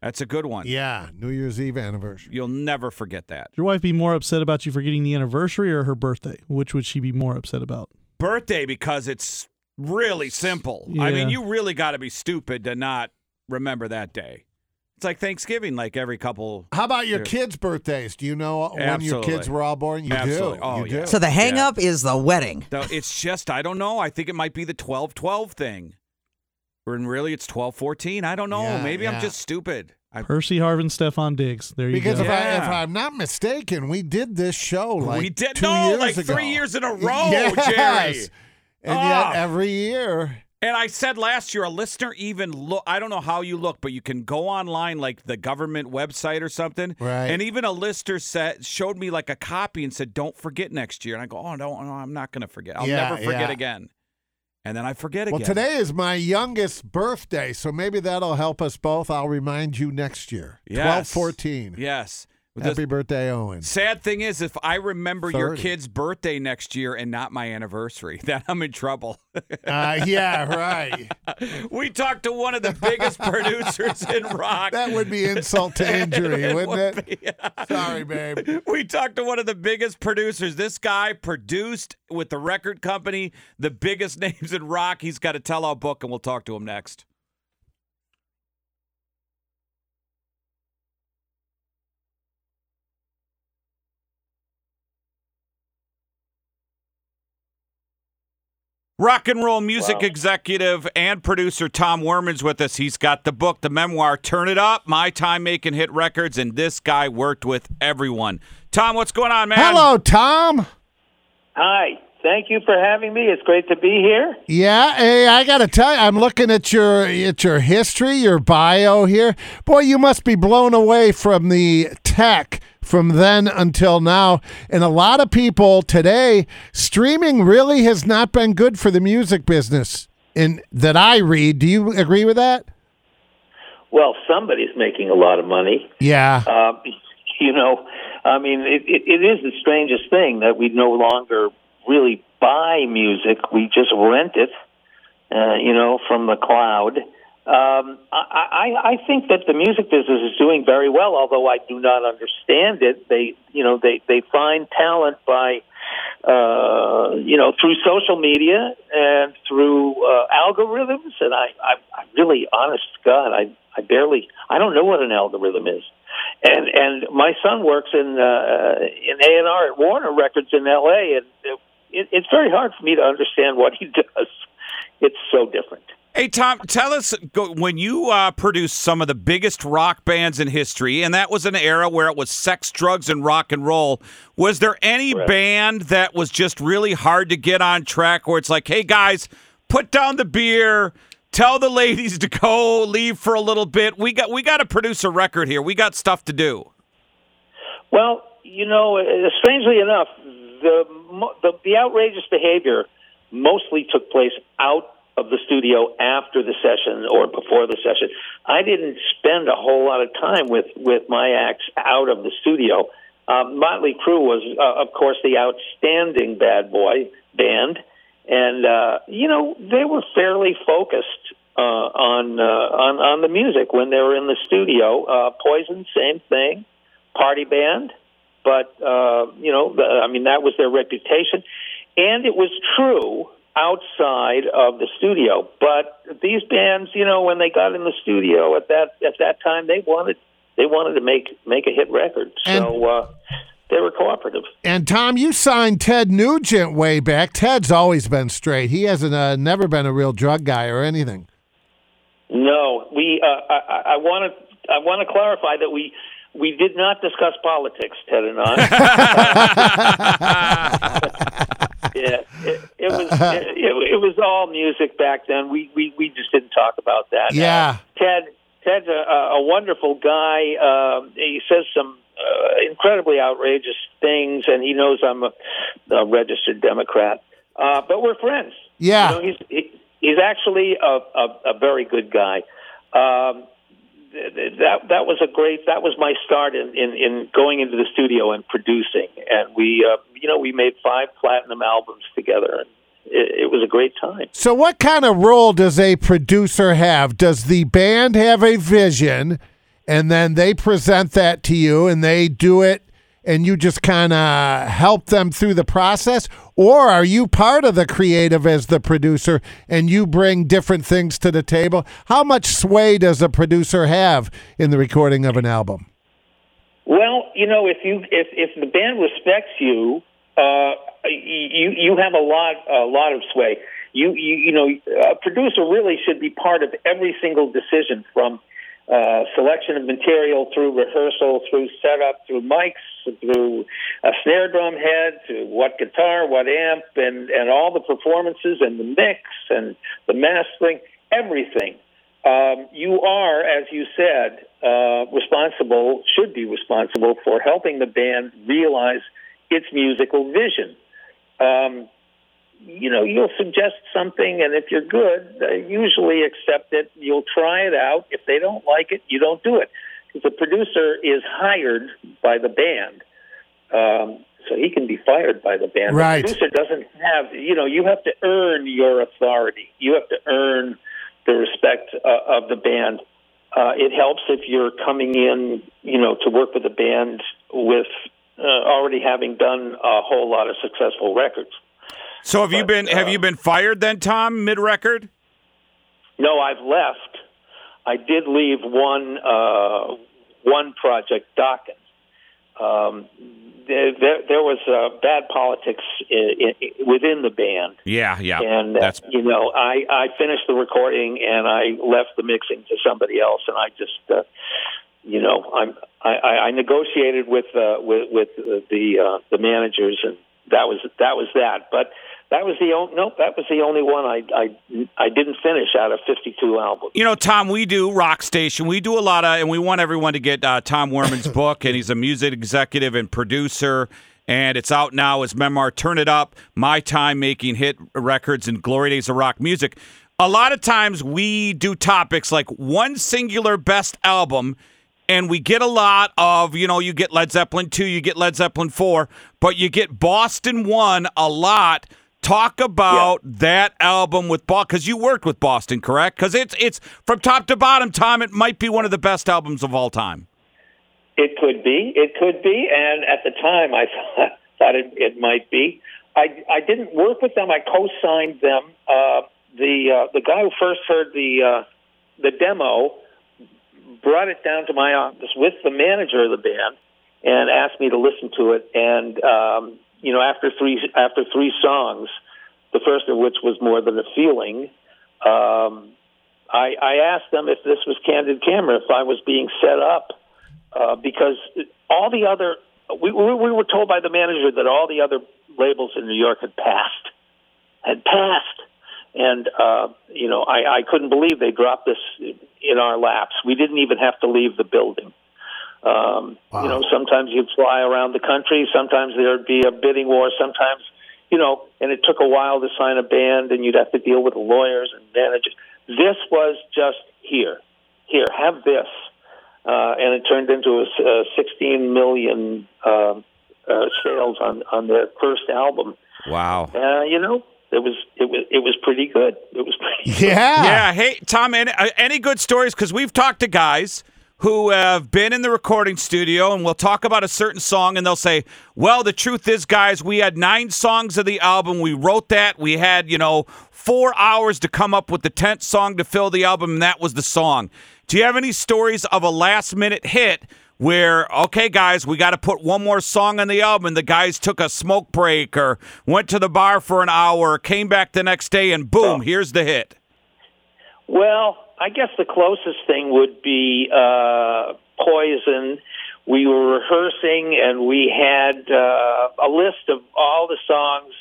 S3: that's a good one
S4: Yeah, New Year's Eve anniversary.
S3: you'll never forget that
S2: Would Your wife be more upset about you forgetting the anniversary or her birthday? Which would she be more upset about?
S3: birthday because it's really simple. I mean,
S2: Yeah.
S3: you really got to be stupid to not remember that day. It's like Thanksgiving, like every couple.
S4: How about your
S3: Yeah.
S4: kids' birthdays? Do you know when your
S3: Absolutely.
S4: kids were all born? You
S3: Absolutely.
S4: do.
S3: Oh,
S4: you
S3: yeah.
S4: do.
S10: So the hang up is the wedding.
S3: No, it's just I don't know. I think it might be the 12-12 thing. Or and really, it's 12-14. I don't know.
S4: Yeah,
S3: Maybe
S4: yeah.
S3: I'm just stupid. I,
S2: Percy Harvin, Stefan Diggs. There you
S4: Because
S2: go.
S4: if, I, if I'm not mistaken, we did this show like
S3: we did
S4: two
S3: no,
S4: years
S3: like
S4: ago.
S3: three years in a row, Jerry.
S4: Yes. And
S3: Ah.
S4: yet every year,
S3: And I said last year, a listener even look. I don't know how you look, but you can go online, like the government website or something.
S4: Right.
S3: And even a listener said, showed me like a copy and said, "Don't forget next year." And I go, "Oh no, no, I'm not going to forget. I'll
S4: Yeah,
S3: never forget
S4: yeah.
S3: again." And then I forget
S4: well,
S3: again.
S4: today is my youngest birthday, so maybe that'll help us both. I'll remind you next year.
S3: Yes.
S4: Twelve fourteen.
S3: Yes. The
S4: Happy birthday, Owen.
S3: sad thing is, if I remember your
S4: 30.
S3: kid's birthday next year and not my anniversary, then I'm in trouble.
S4: Uh, yeah, right.
S3: we talked to one of the biggest producers in rock.
S4: That would be insult to injury,
S3: It
S4: wouldn't
S3: would
S4: it? Sorry, babe.
S3: we talked to one of the biggest producers. This guy produced with the record company, the biggest names in rock. He's got a tell-all book, and we'll talk to him next. Rock and roll music
S18: Wow.
S3: executive and producer Tom Werman's with us. He's got the book, the memoir, Turn It Up, My Time Making Hit Records, and this guy worked with everyone. Tom, what's going on, man?
S4: Hello, Tom.
S18: Hi. Thank you for having me. It's great to be here.
S4: Yeah, hey, I gotta tell you, I'm looking at your at your history, your bio here. Boy, you must be blown away from the tech from then until now. And a lot of people today, streaming really has not been good for the music business. In that I read, do you agree with that?
S18: Well, somebody's making a lot of money.
S4: Yeah.
S18: Uh, you know, I mean, it, it, it is the strangest thing that we no longer really buy music; we just rent it. Uh, you know, from the cloud. Um, I, I, I think that the music business is doing very well, although I do not understand it. They, you know, they they find talent by, uh, you know, through social media and through uh, algorithms. And I, I, I really, honest to God, I, I barely, I don't know what an algorithm is. And and my son works in uh, in A and R at Warner Records in L.A. and it, it's very hard for me to understand what he does. It's so different.
S3: Hey Tom, tell us go, when you uh, produced some of the biggest rock bands in history, and that was an era where it was sex, drugs, and rock and roll. Was there any band that was just really hard to get on track, where it's like, hey guys, put down the beer, tell the ladies to go, leave for a little bit. We got we got to produce a record here. We got stuff to do.
S18: Well, you know, uh, strangely enough, the mo- the, the outrageous behavior mostly took place out of the studio after the session or before the session. I didn't spend a whole lot of time with with my acts out of the studio. Um, Motley Crue was, uh, of course, the outstanding bad boy band, and uh, you know they were fairly focused uh, on uh, on on the music when they were in the studio. Uh, Poison, same thing, party band, but uh, you know, the, I mean, that was their reputation, and it was true outside of the studio. But these bands, you know, when they got in the studio at that at that time, they wanted they wanted to make make a hit record, so uh, they were cooperative.
S4: And Tom, you signed Ted Nugent way back. Ted's always been straight. He hasn't uh, never been a real drug guy or anything.
S18: No, we. Uh, I want to. I want to clarify that we we did not discuss politics, Ted and I. yeah, it, it was it, it, it was all music back then. We we we just didn't talk about that.
S4: Yeah.
S18: Ted Ted's a, a wonderful guy. Um, he says some uh, incredibly outrageous things, and he knows I'm a, a registered Democrat. Uh, but we're friends.
S4: Yeah.
S18: You know, he's he, he's actually a, a, a very good guy. Um, th- th- that that was a great that was my start in, in, in going into the studio and producing and we uh, you know we made five platinum albums together and it, it was a great time
S4: So, what kind of role does a producer have? Does the band have a vision and then they present that to you and they do it and you just kind of help them through the process? Or are you part of the creative as the producer and you bring different things to the table? How much sway does a producer have in the recording of an album?
S18: Well, you know, if you if if the band respects you, uh, you you have a lot a lot of sway. You you, you know, a producer really should be part of every single decision from uh, selection of material through rehearsal, through setup, through mics, through a snare drum head, to what guitar, what amp, and and all the performances and the mix and the mastering, everything um, you are, as you said, uh, responsible, should be responsible for helping the band realize its musical vision. Um, you know, you'll suggest something, and if you're good, they usually accept it. You'll try it out. If they don't like it, you don't do it. Because the producer is hired by the band. Um, so he can be fired by the band.
S4: Right.
S18: The producer doesn't have, you know, you have to earn your authority. You have to earn the respect uh, of the band. Uh, it helps if you're coming in, you know, to work with a band with uh, already having done a whole lot of successful records.
S3: So have you been have you been fired then, Tom, mid record?
S18: No, I've left. I did leave one uh, one project, Dawkins. Um, there, there, there was uh, bad politics i i within the band.
S3: Yeah, yeah.
S18: And uh,
S3: That's
S18: you know, I I finished the recording and I left the mixing to somebody else, and I just uh, you know I'm I, I I negotiated with uh, with with uh, the uh, the managers, and that was that was that. But That was the only nope. That was the only one I I I didn't finish out of 52 albums.
S3: You know, Tom, we do Rock Station. We do a lot of, and we want everyone to get uh, Tom Werman's book, and he's a music executive and producer. And it's out now, his memoir, Turn It Up My Time Making Hit Records and Glory Days of Rock Music. A lot of times we do topics like one singular best album, and we get a lot of, you know, you get Led Zeppelin 2, you get Led Zeppelin 4, but you get Boston 1 a lot. Talk about that album with Boston, because you worked with Boston, correct? Because it's it's from top to bottom, Tom. It might be one of the best albums of all time.
S18: It could be. It could be. And at the time, I thought, thought it, it might be. I, I didn't work with them. I co-signed them. Uh, the uh, the guy who first heard the uh, the demo brought it down to my office with the manager of the band and asked me to listen to it. And um, you know, after three after three songs, the first of which was more than a feeling. Um, I, I asked them if this was candid camera, if I was being set up uh, because all the other we, we we were told by the manager that all the other labels in New York had passed, had passed, and uh, you know I, I couldn't believe they dropped this in our laps. We didn't even have to leave the building. Um, You know, sometimes you'd fly around the country, sometimes there'd be a bidding war, sometimes you know, and it took a while to sign a band, and you'd have to deal with lawyers and managers. This was just here, here, have this uh, and it turned into a, s- uh 16 million uh, uh, sales on on their first album.
S3: Wow.
S18: Uh, you know, it was it was it was pretty good. It was pretty.
S4: Yeah.
S3: Yeah. Hey, Tom, any, uh, any good stories? Because we've talked to guys who have been in the recording studio and we'll talk about a certain song and they'll say, well, the truth is, guys, we had nine songs of the album. We wrote that. We had, you know, four hours to come up with the 10th song to fill the album, and that was the song. Do you have any stories of a last minute hit? Where okay, guys, we got to put one more song on the album. And the guys took a smoke break or went to the bar for an hour, came back the next day, and boom, here's the hit.
S18: Well, I guess the closest thing would be uh, Poison. We were rehearsing and we had uh, a list of all the songs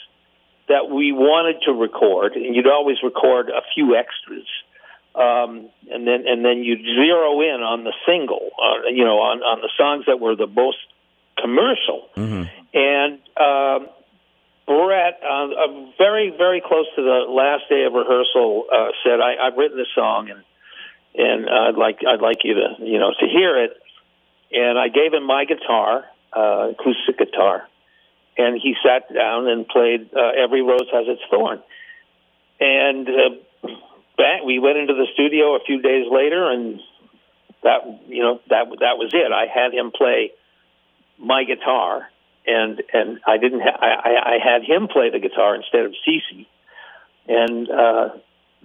S18: that we wanted to record, and you'd always record a few extras. Um, and then and then you'd zero in on the single, uh, you know, on, on the songs that were the most commercial. And um, Brett, uh, uh, very, very close to the last day of rehearsal, uh, said, I, "I've written this song, and and uh, I'd like I'd like you to you know to hear it." And I gave him my guitar, uh, acoustic guitar, and he sat down and played uh, "Every Rose Has Its Thorn." And uh, back, we went into the studio a few days later, and that you know that that was it. I had him play my guitar and and I didn't ha- I, I I had him play the guitar instead of Cece, and uh,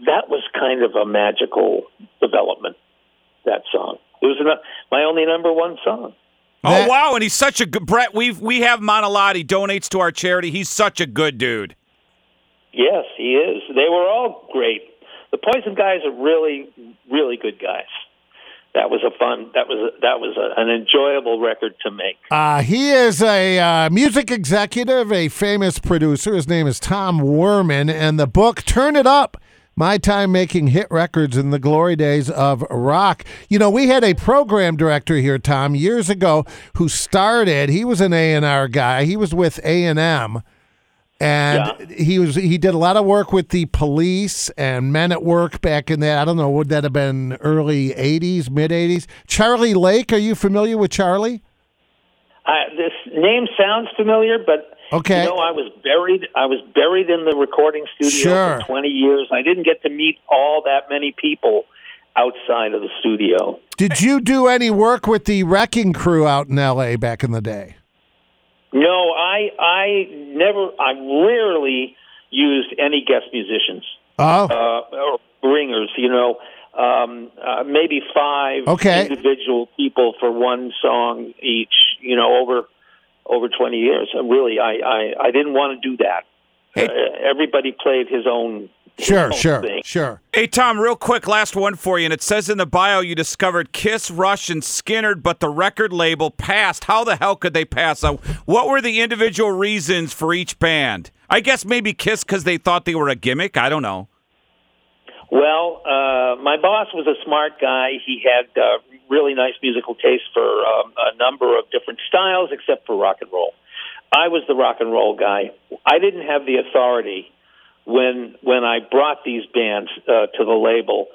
S18: that was kind of a magical development. That song it was an, my only number one song.
S3: Oh wow, and he's such a good Brett. We've we have Monalotti donates to our charity. He's such a good dude.
S18: Yes, he is. They were all great. The Poison guys are really really good guys. That was a fun. That was a, that was a, an enjoyable record to make.
S4: Uh, he is a uh, music executive, a famous producer. His name is Tom Werman, and the book "Turn It Up: My Time Making Hit Records in the Glory Days of Rock." You know, we had a program director here, Tom, years ago, who started. He was an A and R guy. He was with A and M, and he was he did a lot of work with the police and Men at Work back in that. I don't know would that have been early '80s, mid '80s? Charlie Lake. Are you familiar with Charlie?
S18: I, this name sounds familiar, but
S4: Okay.
S18: you know, I was buried. I was buried in the recording studio
S4: Sure.
S18: for twenty years. I didn't get to meet all that many people outside of the studio.
S4: Did you do any work with the wrecking crew out in LA back in the day?
S18: No, I I never. I rarely used any guest musicians.
S4: Oh.
S18: Uh, or ringers, you know. Um, uh, maybe five
S4: Okay.
S18: individual people for one song each, you know, over over 20 years. And really, I, I, I didn't want to do that. Uh, everybody played his own
S4: Sure, sure, sure.
S3: Hey, Tom, real quick, last one for you. And it says in the bio you discovered Kiss, Rush, and Skinner, but the record label passed. How the hell could they pass? Uh, What were the individual reasons for each band? I guess maybe Kiss because they thought they were a gimmick. I don't know.
S18: Well, uh, my boss was a smart guy. He had uh, really nice musical taste for um, a number of different styles, except for rock and roll. I was the rock and roll guy. I didn't have the authority when when I brought these bands uh, to the label.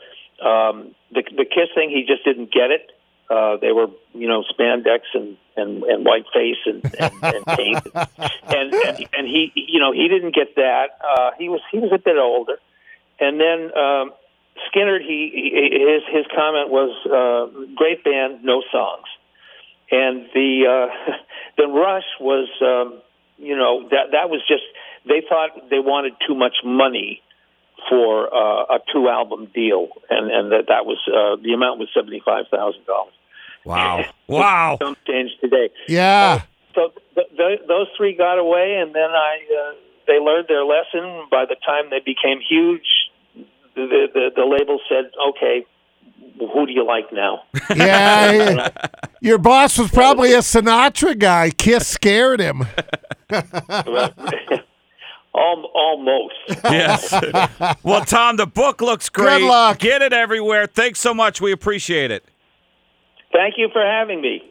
S18: Um, the, the Kiss thing, he just didn't get it. Uh, they were, you know, spandex and and, and white face and, and, and paint, and, and and he, you know, he didn't get that. Uh, he was he was a bit older and then um, Skinner, he, he his his comment was, uh, "Great band, no songs." And the uh, the Rush was, um, you know, that that was just they thought they wanted too much money for uh, a two album deal, and and that that was uh, the amount was seventy five thousand dollars.
S3: Wow! Wow!
S18: Some change today.
S4: Yeah.
S18: So th- th- those three got away, and then I uh, they learned their lesson. By the time they became huge, the the, the label said, "Okay, who do you like now?"
S4: Yeah. yeah. Your boss was probably a Sinatra guy. Kiss scared him.
S18: Al- Almost.
S3: Yes. well, Tom, the book looks great.
S18: Good luck.
S3: Get it everywhere. Thanks so much. We appreciate it.
S18: Thank you for having me.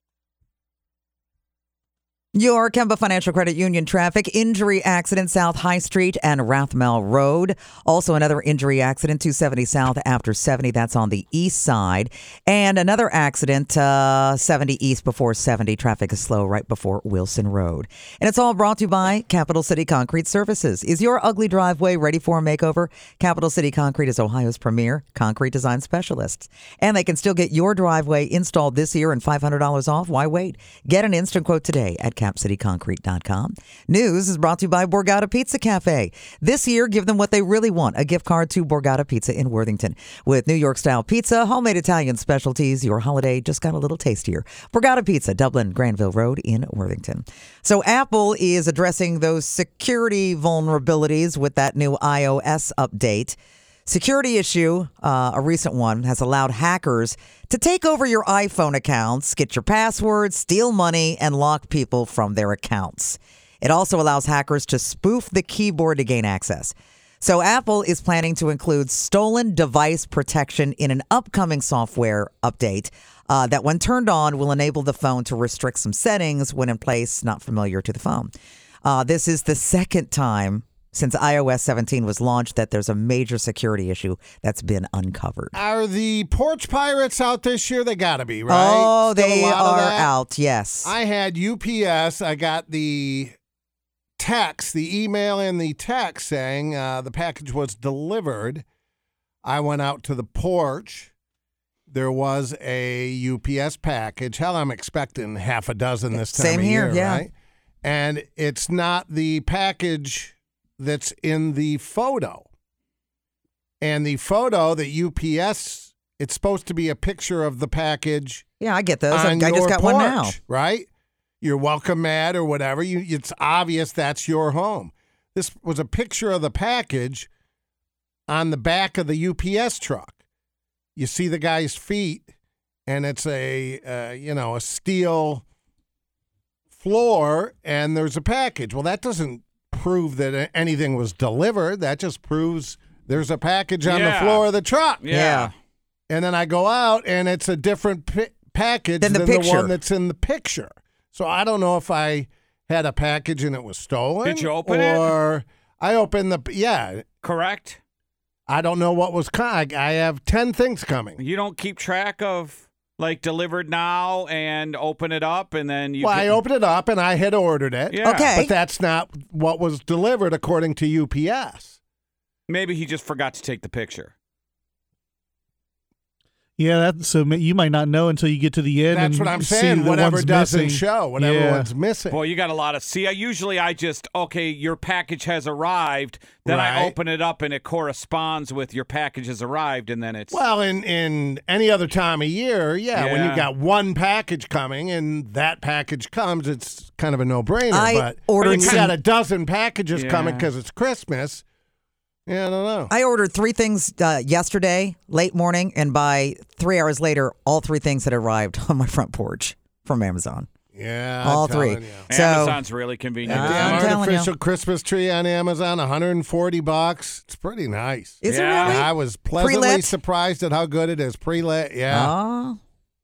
S10: Your Kemba Financial Credit Union traffic injury accident South High Street and Rathmel Road. Also, another injury accident 270 South after 70. That's on the east side. And another accident uh, 70 East before 70. Traffic is slow right before Wilson Road. And it's all brought to you by Capital City Concrete Services. Is your ugly driveway ready for a makeover? Capital City Concrete is Ohio's premier concrete design specialists. And they can still get your driveway installed this year and $500 off. Why wait? Get an instant quote today at capcityconcrete.com. News is brought to you by Borgata Pizza Cafe. This year, give them what they really want a gift card to Borgata Pizza in Worthington. With New York style pizza, homemade Italian specialties, your holiday just got a little tastier. Borgata Pizza, Dublin, Granville Road in Worthington. So, Apple is addressing those security vulnerabilities with that new iOS update. Security issue, uh, a recent one, has allowed hackers to take over your iPhone accounts, get your passwords, steal money, and lock people from their accounts. It also allows hackers to spoof the keyboard to gain access. So, Apple is planning to include stolen device protection in an upcoming software update uh, that, when turned on, will enable the phone to restrict some settings when in place not familiar to the phone. Uh, this is the second time since iOS 17 was launched that there's a major security issue that's been uncovered.
S4: Are the porch pirates out this year? They got to be, right?
S10: Oh,
S4: Still a
S10: they
S4: lot of
S10: are
S4: that?
S10: out. Yes.
S4: I had UPS. I got the text, the email, and the text saying uh, the package was delivered. I went out to the porch. There was a UPS package. Hell, I'm expecting half a dozen this time
S10: Same
S4: of
S10: here,
S4: year,
S10: yeah.
S4: right? And it's not the package that's in the photo. And the photo that UPS, it's supposed to be a picture of the package
S10: Yeah, I get those. I, I
S4: on
S10: just
S4: your
S10: got one now.
S4: porch, Right? Your welcome mat or whatever. You, it's obvious that's your home. This was a picture of the package on the back of the UPS truck. You see the guy's feet, and it's a uh, you know a steel floor, and there's a package. Well, that doesn't prove that anything was delivered. That just proves there's a package on
S3: Yeah.
S4: the floor of the truck.
S3: Yeah. Yeah.
S4: And then I go out, and it's a different pi- package
S10: Than the
S4: than the
S10: picture.
S4: one that's in the picture. So I don't know if I had a package and it was stolen.
S3: Did you open it?
S4: or I opened the yeah.
S3: Correct?
S4: I don't know what was coming. I have ten things coming.
S3: You don't keep track of like delivered now and open it up and then you.
S4: well,
S3: can-
S4: I opened it up and I had ordered it.
S3: Yeah. Okay.
S4: but that's not what was delivered according to UPS.
S3: Maybe he just forgot to take the picture.
S2: Yeah, that, so ma- you might not know until you get to the end.
S4: That's
S2: and
S4: what I'm
S2: see
S4: saying.
S2: the
S4: Whatever
S2: ones
S4: doesn't
S2: missing.
S4: show, whatever
S2: Yeah.
S4: one's missing.
S3: Boy, you got a lot of. See, I usually I just okay. Your package has arrived. Then I
S4: Right.
S3: open it up and it corresponds with your package has arrived, and then it's
S4: Well, in in any other time of year, yeah, when
S3: Yeah.
S4: you got one package coming and that package comes, it's kind of a no brainer.
S10: I
S4: but
S10: ordered
S4: when you
S10: some-
S4: got a dozen packages coming
S10: Yeah.
S4: because it's Christmas, Yeah, I don't know.
S10: I ordered three things uh, yesterday, late morning, and by three hours later, all three things had arrived on my front porch from Amazon.
S4: Yeah, I'm
S10: all three.
S4: telling you.
S10: So
S3: Amazon's really convenient.
S4: That
S10: I'm
S4: damn
S10: telling you.
S4: artificial Christmas tree on Amazon, 140 bucks. It's pretty nice.
S3: Is it Yeah. really?
S4: I was pleasantly
S3: Pre-lit?
S4: surprised at how good it is. Pre-lit, yeah.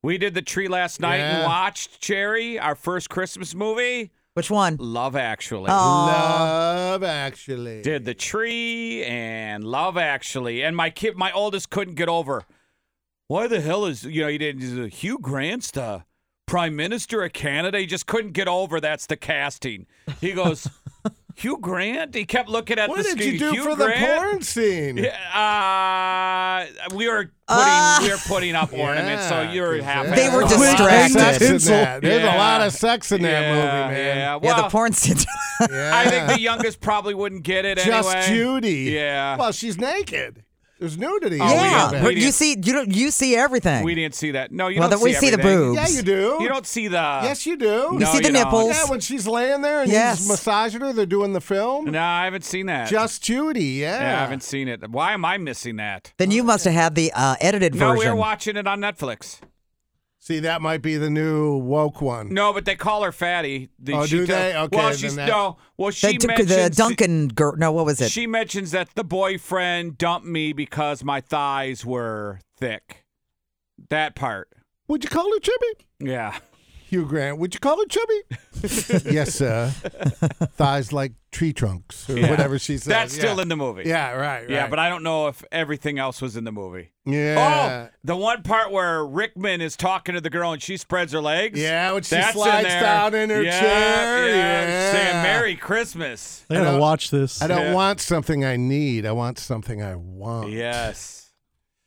S3: We did the tree last night and
S4: Yeah.
S3: watched Cherry, our first Christmas movie.
S10: Which one?
S3: Love Actually.
S4: Oh, Love Actually.
S3: Did the tree and Love Actually, and my kid, my oldest, couldn't get over. Why the hell is you know he didn't he's a Hugh Grant's the Prime Minister of Canada? He just couldn't get over that's the casting. He goes. Hugh Grant. He kept looking at
S4: What
S3: the
S4: did
S3: screen.
S4: you do
S3: Hugh
S4: for the
S3: Grant?
S4: porn scene?
S3: Yeah, uh, we were putting we were putting up ornaments, so you're half.
S10: They were
S3: assed.
S10: distracted.
S4: Sex in that. There's
S3: Yeah.
S4: a lot of sex in that
S3: Yeah,
S4: movie, man.
S3: yeah.
S10: yeah, the
S3: Well,
S10: porn scenes.
S3: I think the youngest probably wouldn't get it
S4: Just
S3: anyway.
S4: Judy.
S3: Yeah. Oh,
S4: Well, she's naked. There's nudity. in that.
S10: yeah, you see, you don't, you see everything.
S3: We didn't see that. No, you
S10: Well,
S3: don't
S10: that we
S3: see
S10: see the
S3: everything.
S10: boobs. Yeah, you
S4: do.
S3: You don't see the.
S4: Yes, you do.
S10: You see the
S3: don't.
S10: nipples.
S4: Yeah, when she's laying there and
S3: Yes.
S4: he's massaging her, they're doing the film.
S3: No, I haven't seen that.
S4: Just Judy, yeah.
S3: Yeah, I haven't seen it. Why am I missing that?
S10: Then you must have had the uh, edited
S3: No, we
S10: version.
S3: were watching it on Netflix.
S4: See, that might be the new woke one.
S3: No, but they call her fatty. The-
S4: Oh,
S3: she
S4: do
S3: tell-
S4: they? Okay,
S3: Well,
S4: then
S3: she's
S4: that-
S3: no. Well,
S10: they
S3: she
S10: took
S3: mentions
S10: the Duncan girl. No, what was it?
S3: She mentions that the boyfriend dumped me because my thighs were thick. That part.
S4: Would you call her chubby?
S3: Yeah.
S4: Hugh Grant, would you call her chubby? yes, sir. Thighs like tree trunks or
S3: Yeah.
S4: whatever she said.
S3: That's still
S4: yeah.
S3: in the movie.
S4: Yeah, right,
S3: Yeah,
S4: right.
S3: but I don't know if everything else was in the movie.
S4: Yeah.
S3: Oh, the one part where Rickman is talking to the girl and she spreads her legs.
S4: Yeah, when she
S3: That's
S4: slides
S3: in there.
S4: down in her
S3: Yeah,
S4: chair,
S3: Yeah, saying
S4: yeah.
S3: Merry Christmas.
S2: I gotta watch this.
S4: I don't
S3: Oh! Yeah.
S4: want something I need. I want something I want.
S3: Yes.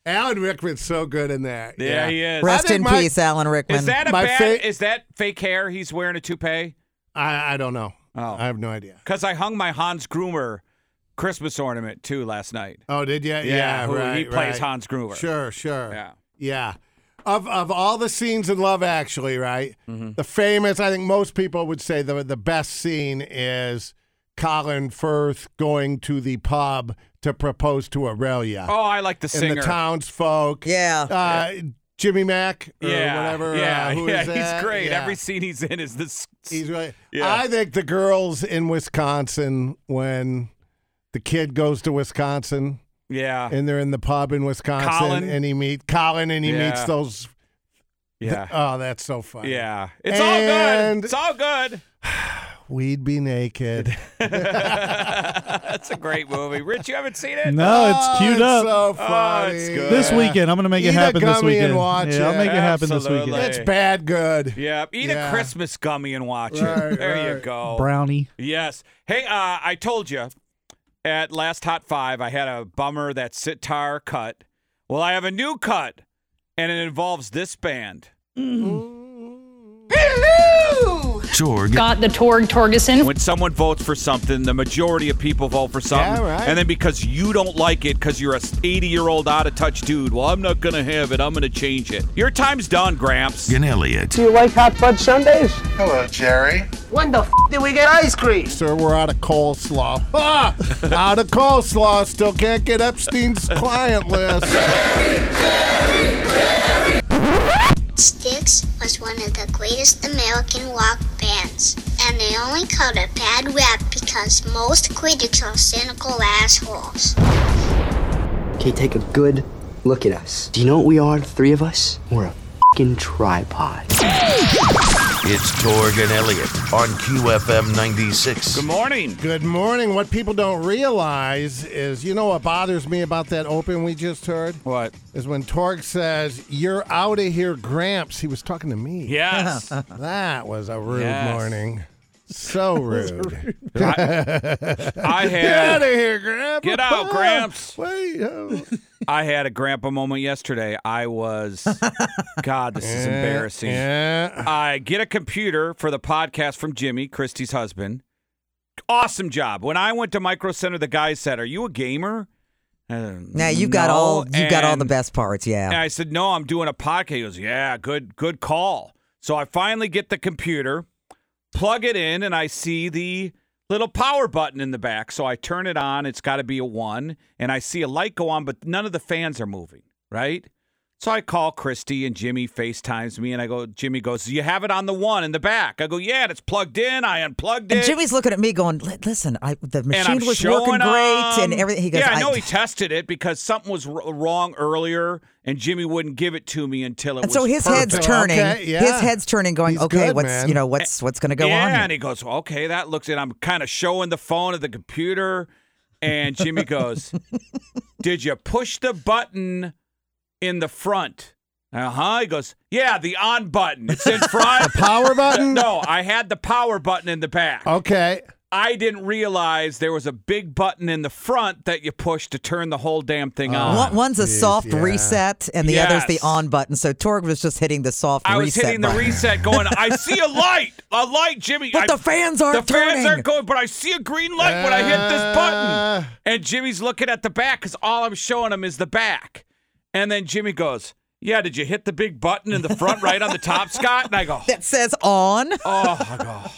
S4: Alan Rickman's so good in that.
S3: There
S4: yeah.
S3: he is.
S10: Rest in
S4: my-
S10: peace, Alan Rickman.
S3: Is that a
S4: My
S3: bad?
S4: fa-
S3: is that fake hair? He's wearing a toupee.
S4: I, I don't know. Oh. I have no idea.
S3: Because I hung my Hans Grumer Christmas ornament too last night.
S4: Oh, did you? Yeah,
S3: Yeah, who-
S4: right.
S3: he plays
S4: right.
S3: Hans Gruber.
S4: Sure, sure.
S3: Yeah.
S4: yeah. Of of all the scenes in Love Actually, right?
S3: Mm-hmm.
S4: The famous, I think most people would say the the best scene is Colin Firth going to the pub to propose to Aurelia.
S3: Oh, I like the
S4: and
S3: singer.
S4: the townsfolk.
S10: Yeah.
S4: Uh, Jimmy Mack or
S3: yeah,
S4: whatever.
S3: Yeah,
S4: uh, who
S3: yeah,
S4: is
S3: he's
S4: that?
S3: great.
S4: Yeah.
S3: Every scene he's in is this.
S4: He's right.
S3: Yeah.
S4: I think the girls in Wisconsin when the kid goes to Wisconsin
S3: Yeah,
S4: and they're in the pub in Wisconsin
S3: Colin.
S4: and he meet Colin and he
S3: Yeah.
S4: meets those
S3: yeah,
S4: Oh, that's so funny.
S3: yeah. It's all
S4: And-
S3: good. It's all good.
S4: We'd be naked.
S3: That's a great movie. Rich, you haven't seen it?
S2: No, it's queued
S4: Oh, it's
S2: up.
S4: so
S3: Oh,
S4: funny.
S3: it's good.
S2: This weekend, I'm gonna make
S4: Eat
S2: it
S4: a
S2: happen this
S4: gummy
S2: weekend.
S4: And watch
S2: yeah, I'll
S4: it.
S2: make it happen this weekend.
S3: Absolutely.
S4: It's bad good.
S3: Yeah, eat a
S4: Yeah.
S3: Christmas gummy and watch it.
S4: Right,
S3: There you
S4: right.
S3: go.
S2: Brownie.
S3: Yes. Hey, uh, I told you at last Hot Five, I had a bummer that sitar cut. Well, I have a new cut, and it involves this band.
S1: Torg.
S19: Got the Torg Torgeson.
S3: When someone votes for something, the majority of people vote for something.
S19: Yeah, right.
S3: And then because you don't like it, because you're a 80 year old out of touch dude, well, I'm not going to have it. I'm going to change it. Your time's done, Gramps.
S1: And Elliot.
S7: Do you like hot fudge sundaes? Hello, Jerry. When the f- did we get ice cream?
S4: Sir, we're out of coleslaw. Ah! out of coleslaw. Still can't get Epstein's client list.
S8: Styx was one of the greatest American rock bands, and they only got a bad rap because most critics are cynical assholes.
S9: Okay, take a good look at us. Do you know what we are, the three of us? We're a fucking tripod.
S1: It's Torg and Elliot on QFM 96.
S3: Good morning.
S4: Good morning. What people don't realize is, you know what bothers me about that open we just heard?
S3: What?
S4: Is when Torg says, You're out of here, Gramps. He was talking to me.
S3: Yes.
S4: that was a rude
S3: Yes.
S4: morning. So rude.
S3: I- I
S4: Get
S3: had-
S4: out of here, Gramps. Ah,
S3: Get out, Gramps.
S4: Wait. oh.
S3: I had a grandpa moment yesterday. I was, God, this is
S4: Yeah,
S3: embarrassing. I get a computer for the podcast from Jimmy, Christie's husband. Awesome job. When I went to Micro Center, the guy said, "Are you a gamer?"
S10: now you've got all you've got all the
S3: best.
S10: best parts. Yeah.
S3: And I said, "No, I'm doing a podcast." He goes, "Yeah, good, good call." So I finally get the computer, plug it in, and I see the little power button in the back. So I turn it on. It's got to be a one. And I see a light go on, but none of the fans are moving, right? So I call Christy and Jimmy FaceTimes me and I go, Jimmy goes, You have it on the one in the back. I go, Yeah, and it's plugged in. I unplugged it.
S10: And Jimmy's looking at me going, "Li- listen, I, the
S3: And I'm
S10: machine was
S3: showing
S10: working great and
S3: him-
S10: everything. He goes,
S3: yeah, I know he tested it because something was r- wrong earlier, and Jimmy wouldn't give it to me until it
S10: and
S3: was.
S10: so his head's
S3: perfect.
S10: turning. His head's turning, going, okay, what's you know what's what's going to go
S3: yeah,
S10: on? here?"
S3: and he goes, okay, that looks it. I'm kind of showing the phone at the computer, and Jimmy goes, did you push the button in the front? Uh huh. He goes, yeah, the on button. It's in front. the
S4: power button?
S3: No, I had the power button in the back.
S4: Okay.
S3: I didn't realize there was a big button in the front that you push to turn the whole damn thing on.
S10: One- One's a soft reset, and the other's the
S3: Yes.
S10: on button. So Torg was just hitting the soft
S3: I was
S10: reset.
S3: hitting the
S10: button.
S3: reset, going, I see a light, a light, Jimmy.
S10: But
S3: I-
S10: the fans aren't
S3: The fans
S10: turning."
S3: aren't going, but I see a green light when I hit this button. And Jimmy's looking at the back because all I'm showing him is the back. And then Jimmy goes, Yeah, did you hit the big button in the front right on the top, Scott? And I go,
S10: that says on.
S3: Oh, I go,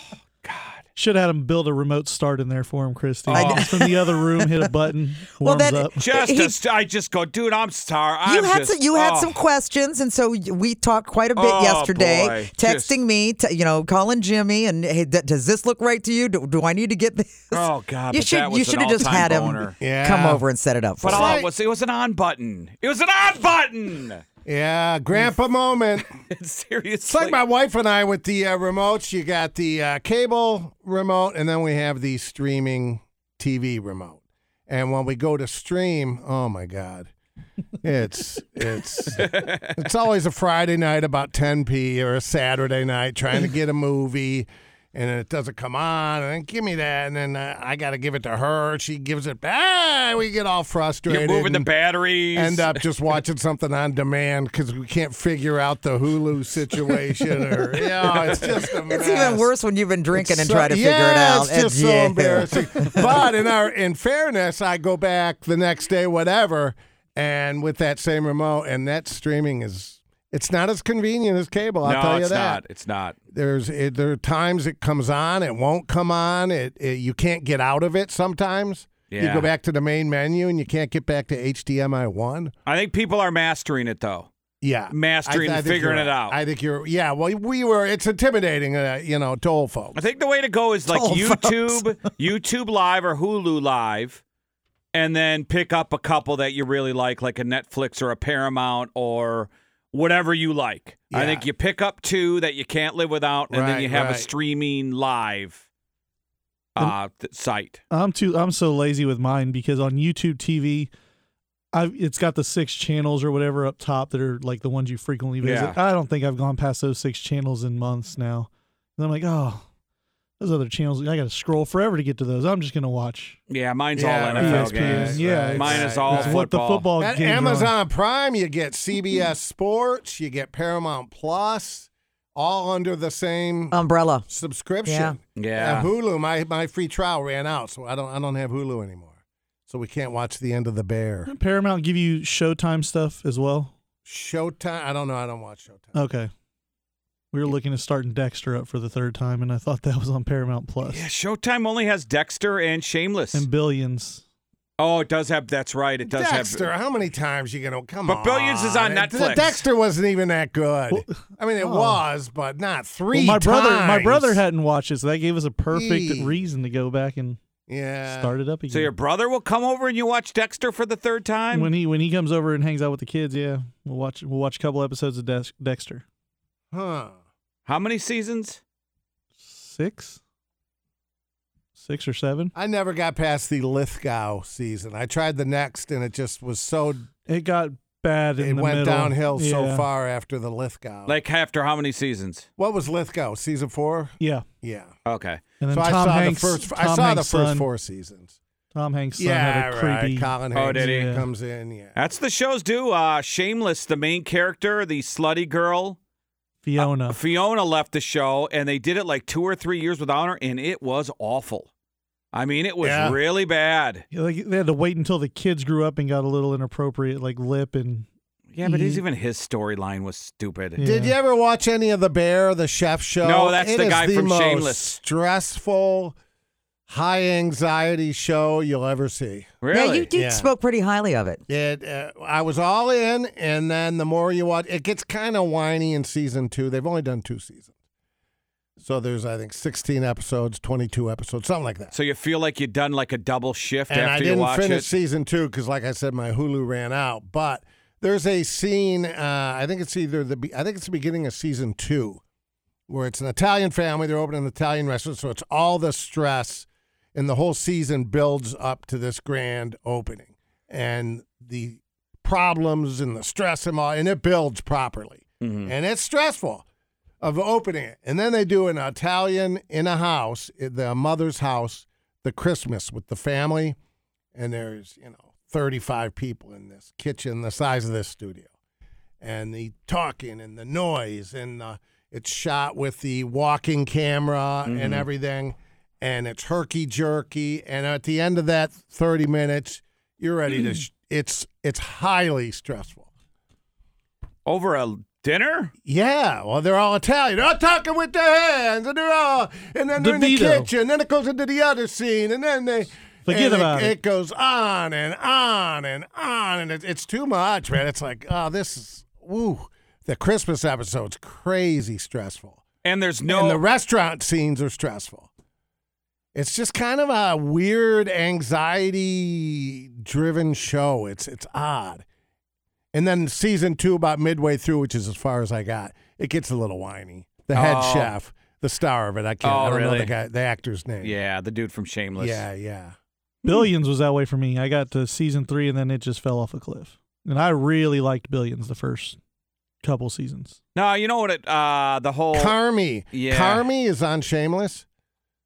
S2: Should have had him build a remote start in there for him, Christy.
S4: Oh.
S3: I-
S2: Just in the other room, hit a button, warms up.
S3: Just, a st- I just go, dude, I'm star.
S10: You
S3: I'm
S10: had
S3: just-
S10: some, you had
S3: oh."
S10: some questions, and so y- we talked quite a bit
S3: Oh,
S10: yesterday,
S3: boy.
S10: texting me, t- you know, calling Jimmy, and hey, d- does this look right to you? Do, do I need to get this?
S3: Oh God!
S10: you
S3: but
S10: should
S3: that
S10: you
S3: was an
S10: should have just
S3: all-time
S10: had him
S3: boner.
S10: come over and set it up. For
S3: But
S10: us.
S3: all it was it was an on button. It was an on button.
S4: Yeah, grandpa moment.
S3: Seriously.
S4: It's like my wife and I with the uh, remotes. You got the uh, cable remote, and then we have the streaming TV remote. And when we go to stream, oh my God. It's it's it's always a Friday night about 10 p or a Saturday night trying to get a movie and it doesn't come on and then give me that and then uh, I got to give it to her she gives it back we get all
S3: You're
S4: frustrated
S3: moving the
S4: and- uh,
S3: batteries.
S4: end up just watching something on demand because we can't figure out the Hulu situation. Or yeah, it's just a
S10: It's
S4: mess.
S10: even worse when you've been drinking
S4: It's
S10: and
S4: so-
S10: try to
S4: yeah,
S10: figure it out.
S4: It's just
S10: And
S4: so
S10: yeah.
S4: embarrassing. but in our in fairness, I go back the next day, whatever, and with that same remote, and that streaming is it's not as convenient as cable. I'll
S3: no,
S4: tell you
S3: it's
S4: that.
S3: not. It's not.
S4: There's it, there are times it comes on, it won't come on. It, it you can't get out of it sometimes. You
S3: Yeah.
S4: go back to the main menu and you can't get back to HDMI one.
S3: I think people are mastering it though.
S4: Yeah,
S3: Mastering and
S4: think
S3: figuring
S4: you're
S3: it out.
S4: I think you're. Yeah, well, we were. It's intimidating, uh, you know, to old folks.
S3: I think the way to go is like
S4: Oh,
S3: YouTube, YouTube Live or Hulu Live, and then pick up a couple that you really like, like a Netflix or a Paramount or whatever you like. I think you pick up two that you can't live without, and
S4: Right,
S3: then you have
S4: right.
S3: a streaming live uh, th- site.
S2: I'm too. I'm so lazy with mine because on YouTube TV, I've it's got the six channels or whatever up top that are like the ones you frequently visit.
S3: Yeah.
S2: I don't think I've gone past those six channels in months now. And I'm like, oh, those other channels. I got to scroll forever to get to those. I'm just gonna watch. E
S3: Yeah, mine's
S2: Yeah,
S3: all
S4: E
S3: NFL
S2: ESPN,
S3: games.
S2: yeah, it's-
S3: mine is all
S2: it's
S3: football.
S2: what the football
S4: At
S2: games are on.
S4: Amazon Prime, you get CBS Sports, you get Paramount Plus, all under the same
S10: umbrella
S4: subscription.
S3: Yeah. Yeah.
S4: And Hulu. My my free trial ran out, so I don't I don't have Hulu anymore. So we can't watch the end of the bear.
S2: Doesn't Paramount give you Showtime stuff as well.
S4: Showtime. I don't know. I don't watch Showtime.
S2: Okay. We were looking at starting Dexter up for the third time, and I thought that was on Paramount Plus
S3: Yeah, Showtime only has Dexter and Shameless.
S2: and Billions.
S3: oh, it does have. That's right. It does
S4: Dexter.
S3: have.
S4: how many times you gonna come
S3: But
S4: on?
S3: Billions is on
S4: It-
S3: Netflix.
S4: Dexter wasn't even that good. I mean, it
S2: Oh.
S4: was, but not three.
S2: Well, my brother, my
S4: times.
S2: brother hadn't watched it, so that gave us a perfect
S4: Yee.
S2: reason to go back and
S4: Yeah.
S2: start it up again.
S3: So your brother will come over and you watch Dexter for the third time.
S2: when he when he comes over and hangs out with the kids, yeah, we'll watch we'll watch a couple episodes of Dex- Dexter.
S4: Huh.
S3: How many seasons?
S2: Six, six or seven.
S4: I never got past the Lithgow season. I tried the next, and it just was so.
S2: It got bad.
S4: It
S2: in the
S4: went
S2: middle.
S4: downhill so
S2: Yeah.
S4: far after the Lithgow.
S3: Like after how many seasons?
S4: What was Lithgow season four?
S2: Yeah,
S4: Yeah.
S3: Okay.
S2: and then
S4: so
S2: Tom
S4: I saw
S2: Hanks.
S4: the first. I
S2: Tom
S4: saw
S2: Hanks'
S4: the first
S2: son-
S4: four seasons.
S2: Tom Hanks' son
S4: yeah,
S2: had a
S4: right.
S2: creepy.
S4: Colin
S3: Oh,
S4: Hanks
S3: did he?
S4: comes in. Yeah.
S3: That's the shows do. Uh, Shameless, the main character, the slutty girl
S2: Fiona.
S3: Fiona left the show, and they did it like two or three years without her, and it was awful. I mean, it was
S2: Yeah.
S3: really bad.
S2: Yeah, like they had to wait until the kids grew up and got a little inappropriate, like lip and
S3: Yeah, but
S2: eat.
S3: his, even his storyline was stupid.
S4: Did you ever watch any of the Bear, the Chef Show?
S3: No, that's
S4: It
S3: the
S4: is
S3: guy from
S4: most
S3: Shameless.
S4: Stressful high anxiety show you'll ever see.
S10: Yeah, you did spoke pretty highly of it.
S4: It, uh, I was all in, and then the more you watch, it gets kind of whiny in season two. They've only done two seasons. So there's, I think, 16 episodes, 22 episodes, something like that.
S3: So you feel like you've done like a double shift
S4: and
S3: after
S4: I
S3: you
S4: didn't
S3: watch
S4: finish
S3: it.
S4: season two because, like I said, my Hulu ran out. But there's a scene. Uh, I think it's either the. be- I think it's the beginning of season two, where it's an Italian family. They're opening an Italian restaurant, so it's all the stress, and the whole season builds up to this grand opening, and the problems and the stress and all, and it builds properly,
S3: Mm-hmm.
S4: and it's stressful of opening it. And then they do an Italian in a house, in the mother's house, the Christmas with the family. And there's, you know, 35 people in this kitchen the size of this studio. And the talking and the noise and uh, it's shot with the walking camera and
S19: Mhm.
S4: everything. And it's herky jerky. And at the end of that 30 minutes, you're ready to. Sh- it's it's highly stressful.
S3: Over a dinner?
S4: Yeah, well, they're all Italian. They're all talking with their hands, and they're all, and then they're in the
S2: DeVito.
S4: kitchen. Then it goes into the other scene, and then they
S2: Forget
S4: and
S2: about it.
S4: It goes on and on and on, and it, it's too much, man. It's like, oh, this is woo. The Christmas episode's crazy stressful,
S3: And there's no
S4: and the restaurant scenes are stressful. It's just kind of a weird anxiety-driven show. It's it's odd. And then season two, about midway through, which is as far as I got, it gets a little whiny. The head
S3: Oh.
S4: chef, the star of it, I can't.
S3: Oh,
S4: I don't know
S3: really?
S4: the guy, the actor's name.
S3: Yeah, the dude from Shameless.
S4: Yeah, yeah.
S3: Hmm.
S2: Billions was that way for me. I got to season three and then it just fell off a cliff. And I really liked Billions the first couple seasons.
S3: No, you know what? It uh, the whole
S4: Carmi.
S3: Yeah.
S4: Carmi is on Shameless.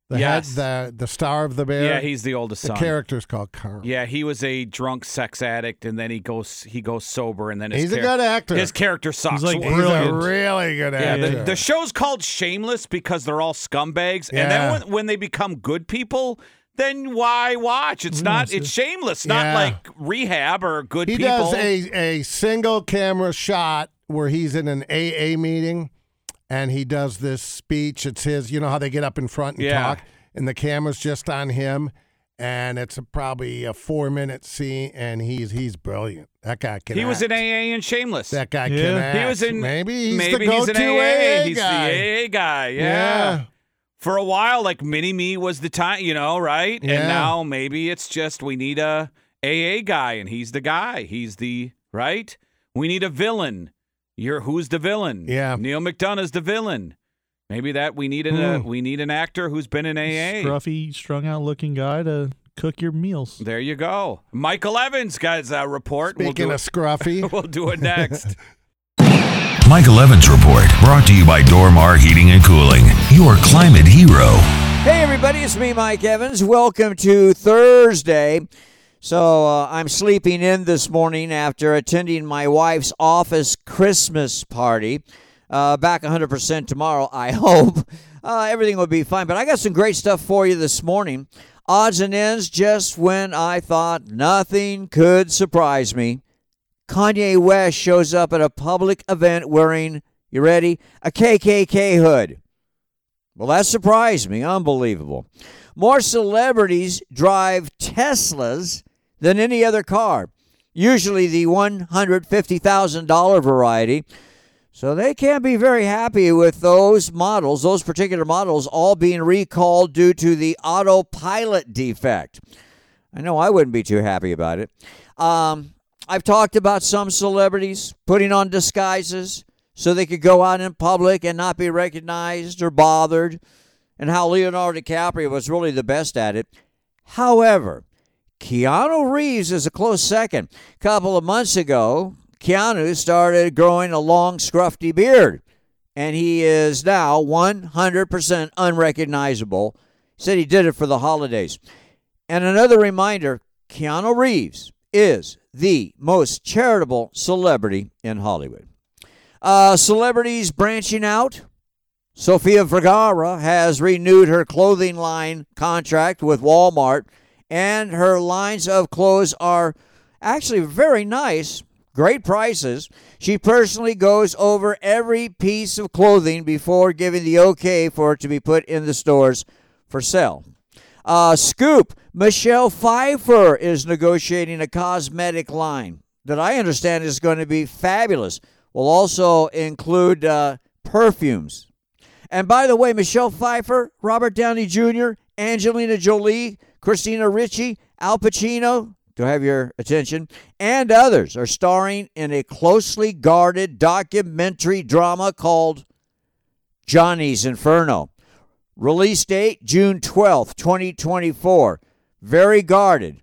S4: The
S3: Yes.
S4: head, the the star of the bear.
S3: Yeah, he's the oldest
S4: The
S3: son.
S4: character's called Carmi.
S3: Yeah, he was a drunk sex addict, and then he goes he goes sober, and then his
S4: He's a
S3: char-
S4: good actor.
S3: His character sucks.
S4: He's a really good
S3: Yeah,
S4: actor.
S3: the, the show's called Shameless because they're all scumbags, and then
S4: Yeah.
S3: when, when they become good people, then why watch? It's not it's shameless, not
S4: Mm, Yeah.
S3: like rehab or good
S4: he
S3: people.
S4: does a, a single camera shot where he's in an AA meeting and he does this speech. It's his, you know how they get up in front and
S3: Yeah.
S4: talk, and the camera's just on him. And it's a, probably a four minute scene, and he's he's brilliant. That guy can.
S3: he was in
S4: act.
S3: AA and Shameless.
S4: That guy
S3: yeah.
S4: can. Act.
S3: He was in
S4: maybe he's
S3: maybe
S4: the
S3: he's
S4: go-to
S3: an AA.
S4: AA
S3: he's
S4: guy.
S3: the AA guy. Yeah.
S4: Yeah.
S3: For a while, like Mini Me was the time, you know, right? And
S4: Yeah.
S3: now maybe it's just we need a AA guy, and he's the guy. He's the right. We need a villain. You're who's the villain?
S4: Yeah.
S3: Neil McDonough's the villain. Maybe that we need an uh,
S2: Hmm.
S3: we need an actor who's been in AA.
S2: Scruffy, strung out looking guy to cook your meals.
S3: There you go. Michael Evans got his uh, report.
S1: Speaking
S3: we'll do
S1: of
S3: it-
S4: scruffy.
S3: we'll do it next.
S1: Michael Evans Report, brought to you by Dormar Heating and Cooling, your climate hero.
S20: Hey, everybody, it's me, Mike Evans. Welcome to Thursday. So, uh, I'm sleeping in this morning after attending my wife's office Christmas party. Uh, back 100% tomorrow, I hope. Uh, everything will be fine. But I got some great stuff for you this morning. Odds and ends, just when I thought nothing could surprise me. Kanye West shows up at a public event wearing, you ready? A KKK hood. Well, that surprised me. Unbelievable. More celebrities drive Teslas than any other car, usually the $150,000 variety. So they can't be very happy with those models, those particular models, all being recalled due to the autopilot defect. I know I wouldn't be too happy about it. Um, I've talked about some celebrities putting on disguises so they could go out in public and not be recognized or bothered, and how Leonardo DiCaprio was really the best at it. However, Keanu Reeves is a close second. A couple of months ago, Keanu started growing a long, scruffy beard, and he is now 100% unrecognizable. He said he did it for the holidays. And another reminder Keanu Reeves is the most charitable celebrity in Hollywood. Uh, celebrities branching out. Sofia Vergara has renewed her clothing line contract with Walmart, and her lines of clothes are actually very nice, great prices. She personally goes over every piece of clothing before giving the okay for it to be put in the stores for sale. Uh, scoop Michelle Pfeiffer is negotiating a cosmetic line that I understand is going to be fabulous. Will also include uh, perfumes. And by the way, Michelle Pfeiffer, Robert Downey Jr., Angelina Jolie, Christina Ricci, Al Pacino, to have your attention, and others are starring in a closely guarded documentary drama called Johnny's Inferno. Release date June 12th, 2024. Very guarded.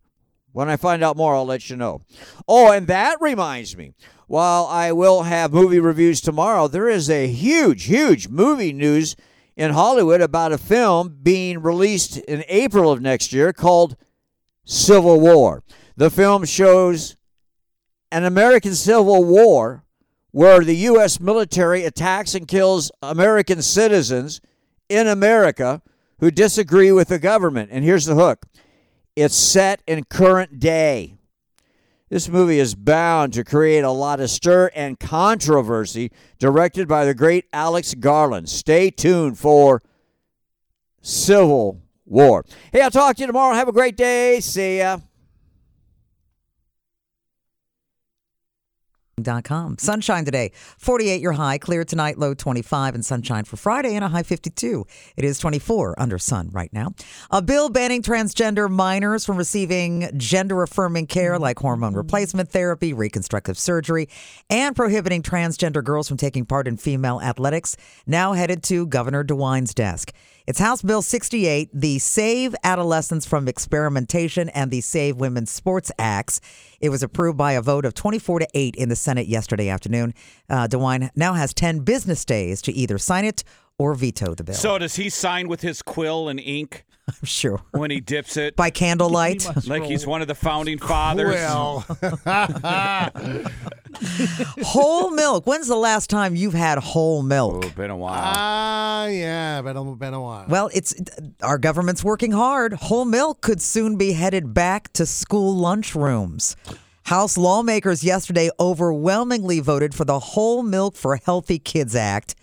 S20: When I find out more, I'll let you know. Oh, and that reminds me while I will have movie reviews tomorrow, there is a huge, huge movie news in Hollywood about a film being released in April of next year called Civil War. The film shows an American Civil War where the U.S. military attacks and kills American citizens in America who disagree with the government. And here's the hook it's set in current day. This movie is bound to create a lot of stir and controversy, directed by the great Alex Garland. Stay tuned for Civil War. Hey, I'll talk to you tomorrow. Have a great day. See ya.
S10: Dot com. Sunshine today, 48 your high, clear tonight, low 25, and sunshine for Friday and a high 52. It is 24 under sun right now. A bill banning transgender minors from receiving gender affirming care like hormone replacement therapy, reconstructive surgery, and prohibiting transgender girls from taking part in female athletics now headed to Governor DeWine's desk. It's House Bill 68, the Save Adolescents from Experimentation and the Save Women's Sports Acts. It was approved by a vote of 24 to 8 in the Senate yesterday afternoon. Uh, DeWine now has 10 business days to either sign it or veto the bill.
S3: So does he sign with his quill and ink
S10: I'm sure.
S3: when he dips it?
S10: By candlelight.
S3: Like he's one of the founding fathers.
S10: Quill. whole milk. When's the last time you've had whole milk?
S3: Oh, been a while.
S4: Ah, yeah, been a, been a while.
S10: Well, it's our government's working hard. Whole milk could soon be headed back to school lunchrooms. House lawmakers yesterday overwhelmingly voted for the Whole Milk for Healthy Kids Act,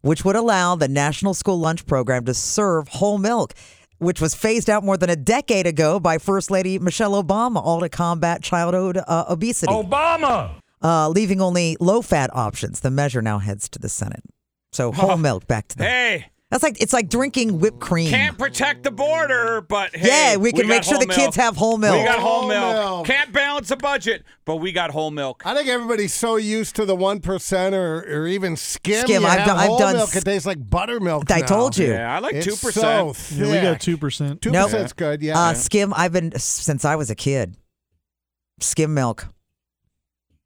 S10: which would allow the National School Lunch Program to serve whole milk, which was phased out more than a decade ago by First Lady Michelle Obama, all to combat childhood uh, obesity.
S3: Oh.
S10: Obama! Uh, leaving only low fat options. The measure now heads to the Senate. So whole milk back to the
S3: Hey,
S10: that's like it's like drinking whipped cream.
S3: can't protect the border, but hey,
S10: Yeah, we can
S3: got
S10: make sure
S3: whole
S10: the kids
S3: milk.
S10: have whole milk.
S3: We got whole,
S10: Whole
S3: milk.
S4: milk.
S3: Can't balance a budget, but we got whole milk.
S4: I think everybody's so used to the one percent or, or even skim.
S10: Skim,
S4: You
S10: I've
S4: have
S10: done- I've
S4: whole
S10: done
S4: milk.
S10: s-
S4: It tastes like buttermilk.
S10: I
S4: now.
S10: told you.
S4: It's So thick.
S2: Yeah, we got two percent.
S4: Two
S10: Nope.
S4: percent's good. Yeah.
S10: Uh, skim. I've been since I was a kid. Skim milk.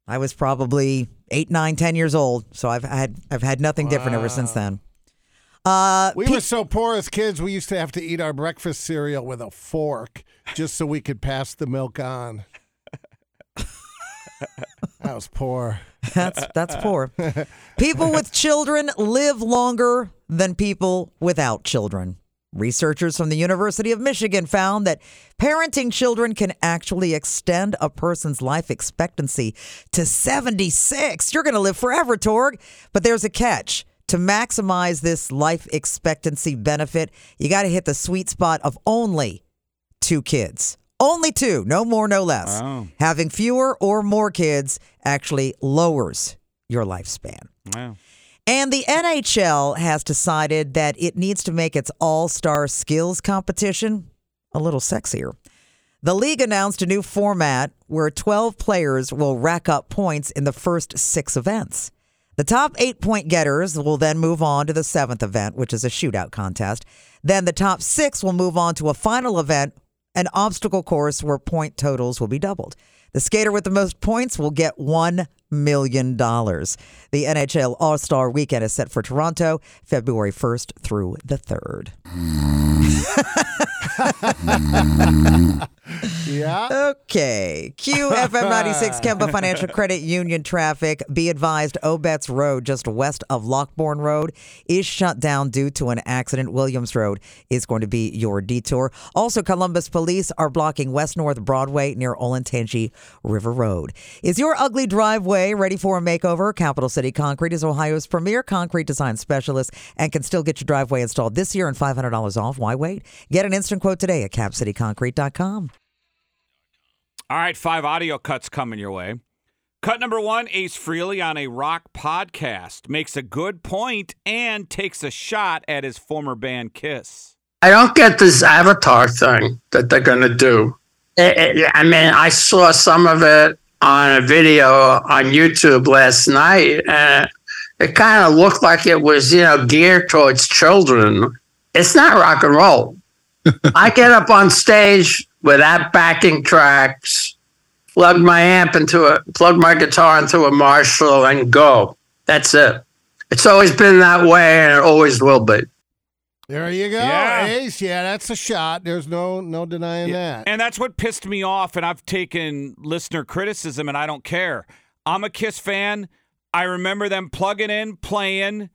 S10: I was probably eight, nine, ten years old, so I've had I've had nothing different ever since then. Uh,
S4: we were so poor as kids. We used to have to eat our breakfast cereal with a fork just so we could pass the milk on. that was poor.
S10: That's that's poor. People with children live longer than people without children. Researchers from the University of Michigan found that parenting children can actually extend a person's life expectancy to 76. You're going to live forever, Torg. But there's a catch. To maximize this life expectancy benefit, you got to hit the sweet spot of only two kids. Only two, no more, no less. Having fewer or more kids actually lowers your lifespan.
S3: Wow.
S10: And the NHL has decided that it needs to make its all star skills competition a little sexier. The league announced a new format where 12 players will rack up points in the first six events. The top eight point getters will then move on to the seventh event, which is a shootout contest. Then the top six will move on to a final event, an obstacle course where point totals will be doubled. The skater with the most points will get $1 million. The NHL All Star weekend is set for Toronto, February 1st through the 3rd.
S4: Yeah.
S10: Okay. QFM 96 Kemba Financial Credit Union traffic. Be advised, Obetz Road, just west of Lockbourne Road, is shut down due to an accident. Williams Road is going to be your detour. Also, Columbus police are blocking West North Broadway near Olentangy River Road. Is your ugly driveway way, ready for a makeover? Capital City Concrete is Ohio's premier concrete design specialist and can still get your driveway installed this year and $500 off. Why wait? Get an instant quote today at capcityconcrete.com.
S3: All right, five audio cuts coming your way. Cut number one Ace Freely on a rock podcast makes a good point and takes a shot at his former band Kiss.
S19: I don't get this Avatar thing that they're going to do. It- it- I mean, I saw some of it on a video on YouTube last night, and it kind of looked like it was, you know, geared towards children. It's not rock and roll. I get up on stage without backing tracks, plug my amp into a plug my guitar into a Marshall, and go. That's it. It's always been that way, and it always will be.
S4: There you go,
S3: Yeah.
S4: Ace. Yeah, that's a shot. There's no no denying that.
S3: And that's what pissed me off. And I've taken listener criticism and I don't care. I'm a Kiss fan. I remember them plugging in, playing,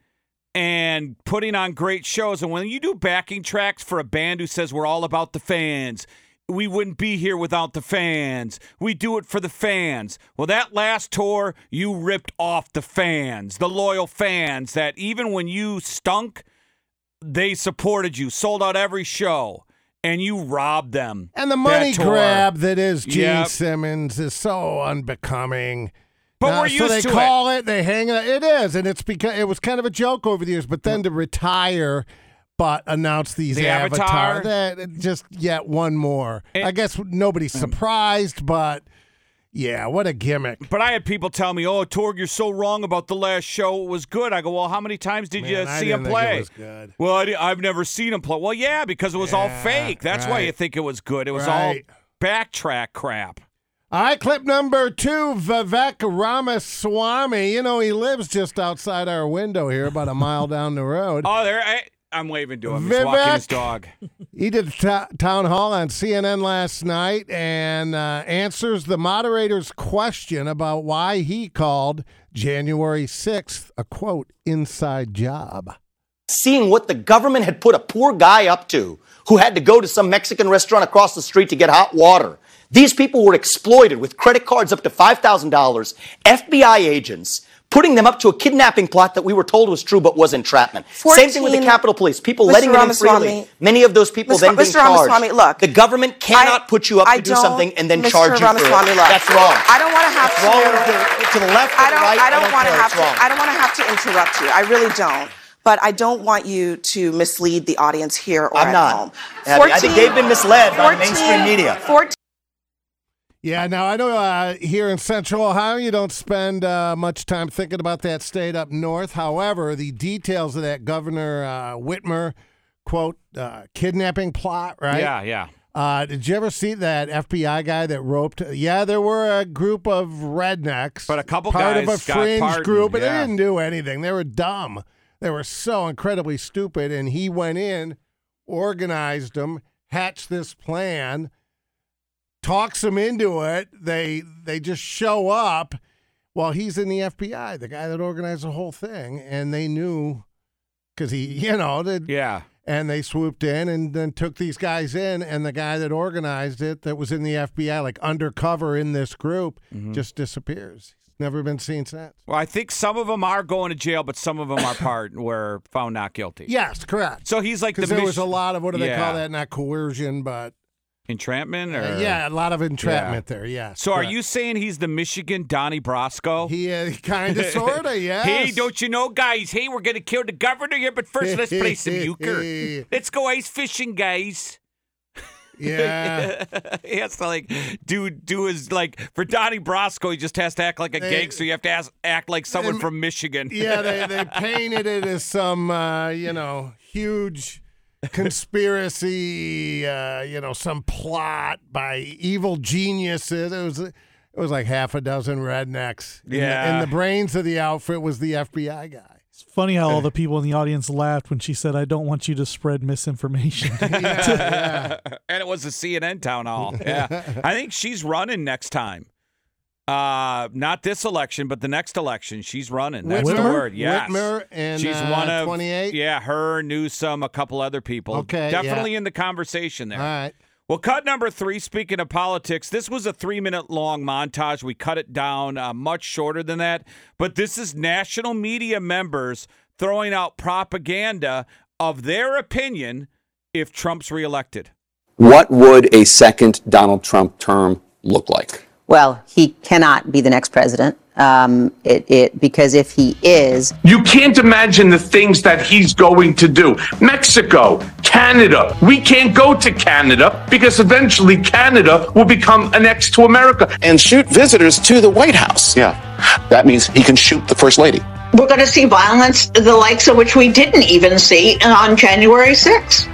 S3: and putting on great shows. And when you do backing tracks for a band who says we're all about the fans, we wouldn't be here without the fans. We do it for the fans. Well, that last tour, you ripped off the fans, the loyal fans that even when you stunk, they supported you, sold out every show, and you robbed them.
S4: And the money
S3: that tour.
S4: grab that is Gene
S3: Yep.
S4: Simmons is so unbecoming.
S3: But we're
S4: so
S3: used
S4: they
S3: to
S4: call it. They hang it. It is, and it's because it was kind of a joke over the years. But then to retire, but announce these
S3: The
S4: avatar,
S3: Avatar. Mm.
S4: that just yet one more. I guess nobody's surprised, but yeah, what a gimmick.
S3: But I had people tell me, "Oh, Torg, you're so wrong about the last show. It was good." I go, "Well, how many times did
S4: Man,
S3: you
S4: I
S3: see
S4: didn't
S3: him
S4: think it
S3: play?"
S4: was good.
S3: Well, I, di- I've never seen him play. Well, yeah, because it was all
S4: Yeah,
S3: fake. That's why you
S4: right.
S3: think it was good. It was
S4: Right.
S3: all backtrack crap.
S4: All right, clip number two, Vivek Ramaswamy. You know, he lives just outside our window here, about a mile down the road.
S3: Oh, there, I, I'm waving to him. He's walking his
S4: Vivek.
S3: dog.
S4: He did a to- town hall on CNN last night and uh, answers the moderator's question about why he called January 6th a quote inside job.
S5: seeing what the government had put a poor guy up to who had to go to some Mexican restaurant across the street to get hot water. These people were exploited with credit cards up to $5,000, FBI agents, putting them up to a kidnapping plot that we were told was true but was entrapment. Same thing with the
S6: 14
S5: Capitol Police, people
S6: Mr.
S5: letting them in
S6: Ramaswamy.
S5: freely. Many of those people
S6: Mr.
S5: then being
S6: Mr. Ramaswamy,
S5: charged.
S6: look.
S5: the government cannot put you up
S6: I
S5: to do
S6: don't-
S5: something and then
S6: Mr.
S5: charge you for
S6: Ramaswamy,
S5: it.
S6: look.
S5: That's wrong.
S6: I don't want to have
S5: It's
S6: to.
S5: wrong to, to the left or
S6: I
S5: the
S6: don't.
S5: right.
S6: I don't, want to
S5: care.
S6: have
S5: It's wrong.
S6: to. I don't want to have to interrupt you. I really don't. But I don't want you to mislead the audience here or
S5: I'm
S6: at
S5: not.
S6: home.
S5: Abby, I think they've been misled by the mainstream media.
S6: 14
S4: Yeah, now I know uh, here in Central Ohio you don't spend uh, much time thinking about that state up north. However, the details of that Governor uh, Whitmer quote uh, kidnapping plot, right?
S3: Yeah, yeah.
S4: Uh, did you ever see that FBI guy that roped? Yeah, there were a group of rednecks, but a
S3: couple
S4: part of a
S3: guys got
S4: fringe
S3: pardoned,
S4: group, but they
S3: yeah.
S4: didn't do anything. They were dumb. They were so incredibly stupid. And he went in, organized them, hatched this plan, talks them into it. They they just show up. Well, he's in the FBI, the guy that organized the whole thing, and they knew because he, you know, they,
S3: Yeah.
S4: and they swooped in and then took these guys in and the guy that organized it that was in the FBI like undercover in this group
S3: Mm-hmm.
S4: just disappears. He's never been seen since.
S3: Well, I think some of them are going to jail, but some of them are part were found not guilty.
S4: Yes, correct.
S3: So he's like the
S4: Because there was
S3: mis-
S4: a lot of what do they
S3: Yeah.
S4: call that? Not coercion, but
S3: entrapment or
S4: Uh, yeah, a lot of entrapment
S3: Yeah.
S4: there. Yes.
S3: So are
S4: correct.
S3: you saying he's the Michigan Donnie Brasco?
S4: He is kind of, sorta. Yes.
S3: Hey, don't you know, guys? Hey, we're gonna kill the governor here, but first let's play some euchre. Let's go ice fishing, guys.
S4: Yeah.
S3: he has to like do do his like for Donnie Brasco. He just has to act like a
S4: They-
S3: gangster. You have to ask, act like someone from Michigan.
S4: yeah, they, they painted it as some, uh, you know, huge conspiracy, uh, you know, some plot by evil geniuses. It was, it was like half a dozen rednecks. And the-
S3: Yeah.
S4: and the brains of the outfit was the FBI guy.
S2: It's funny how all the people in the audience laughed when she said, I don't want you to spread misinformation.
S3: and it was a CNN town hall. Yeah, I think she's running next time. Uh, not this election, but the next election, she's running. That's the
S4: Whitmer?
S3: word. Yes,
S4: Whitmer and,
S3: she's
S4: uh,
S3: one of
S4: 28?
S3: Yeah, her, Newsom, a couple other people.
S4: Okay, yeah.
S3: definitely in the conversation there.
S4: All right.
S3: Well, cut number three, speaking of politics, this was a three minute long montage. We cut it down uh, much shorter than that. But this is national media members throwing out propaganda of their opinion if Trump's reelected.
S21: What would a second Donald Trump term look like?
S11: Well, he cannot be the next president. Um, it, it because if he is,
S12: You can't imagine the things that he's going to do. Mexico, Canada. We can't go to Canada because eventually Canada will become annexed to America.
S22: And shoot visitors to the White House. Yeah. That means he can shoot the First Lady.
S13: We're going to see violence, the likes of which we didn't even see uh, on January 6th.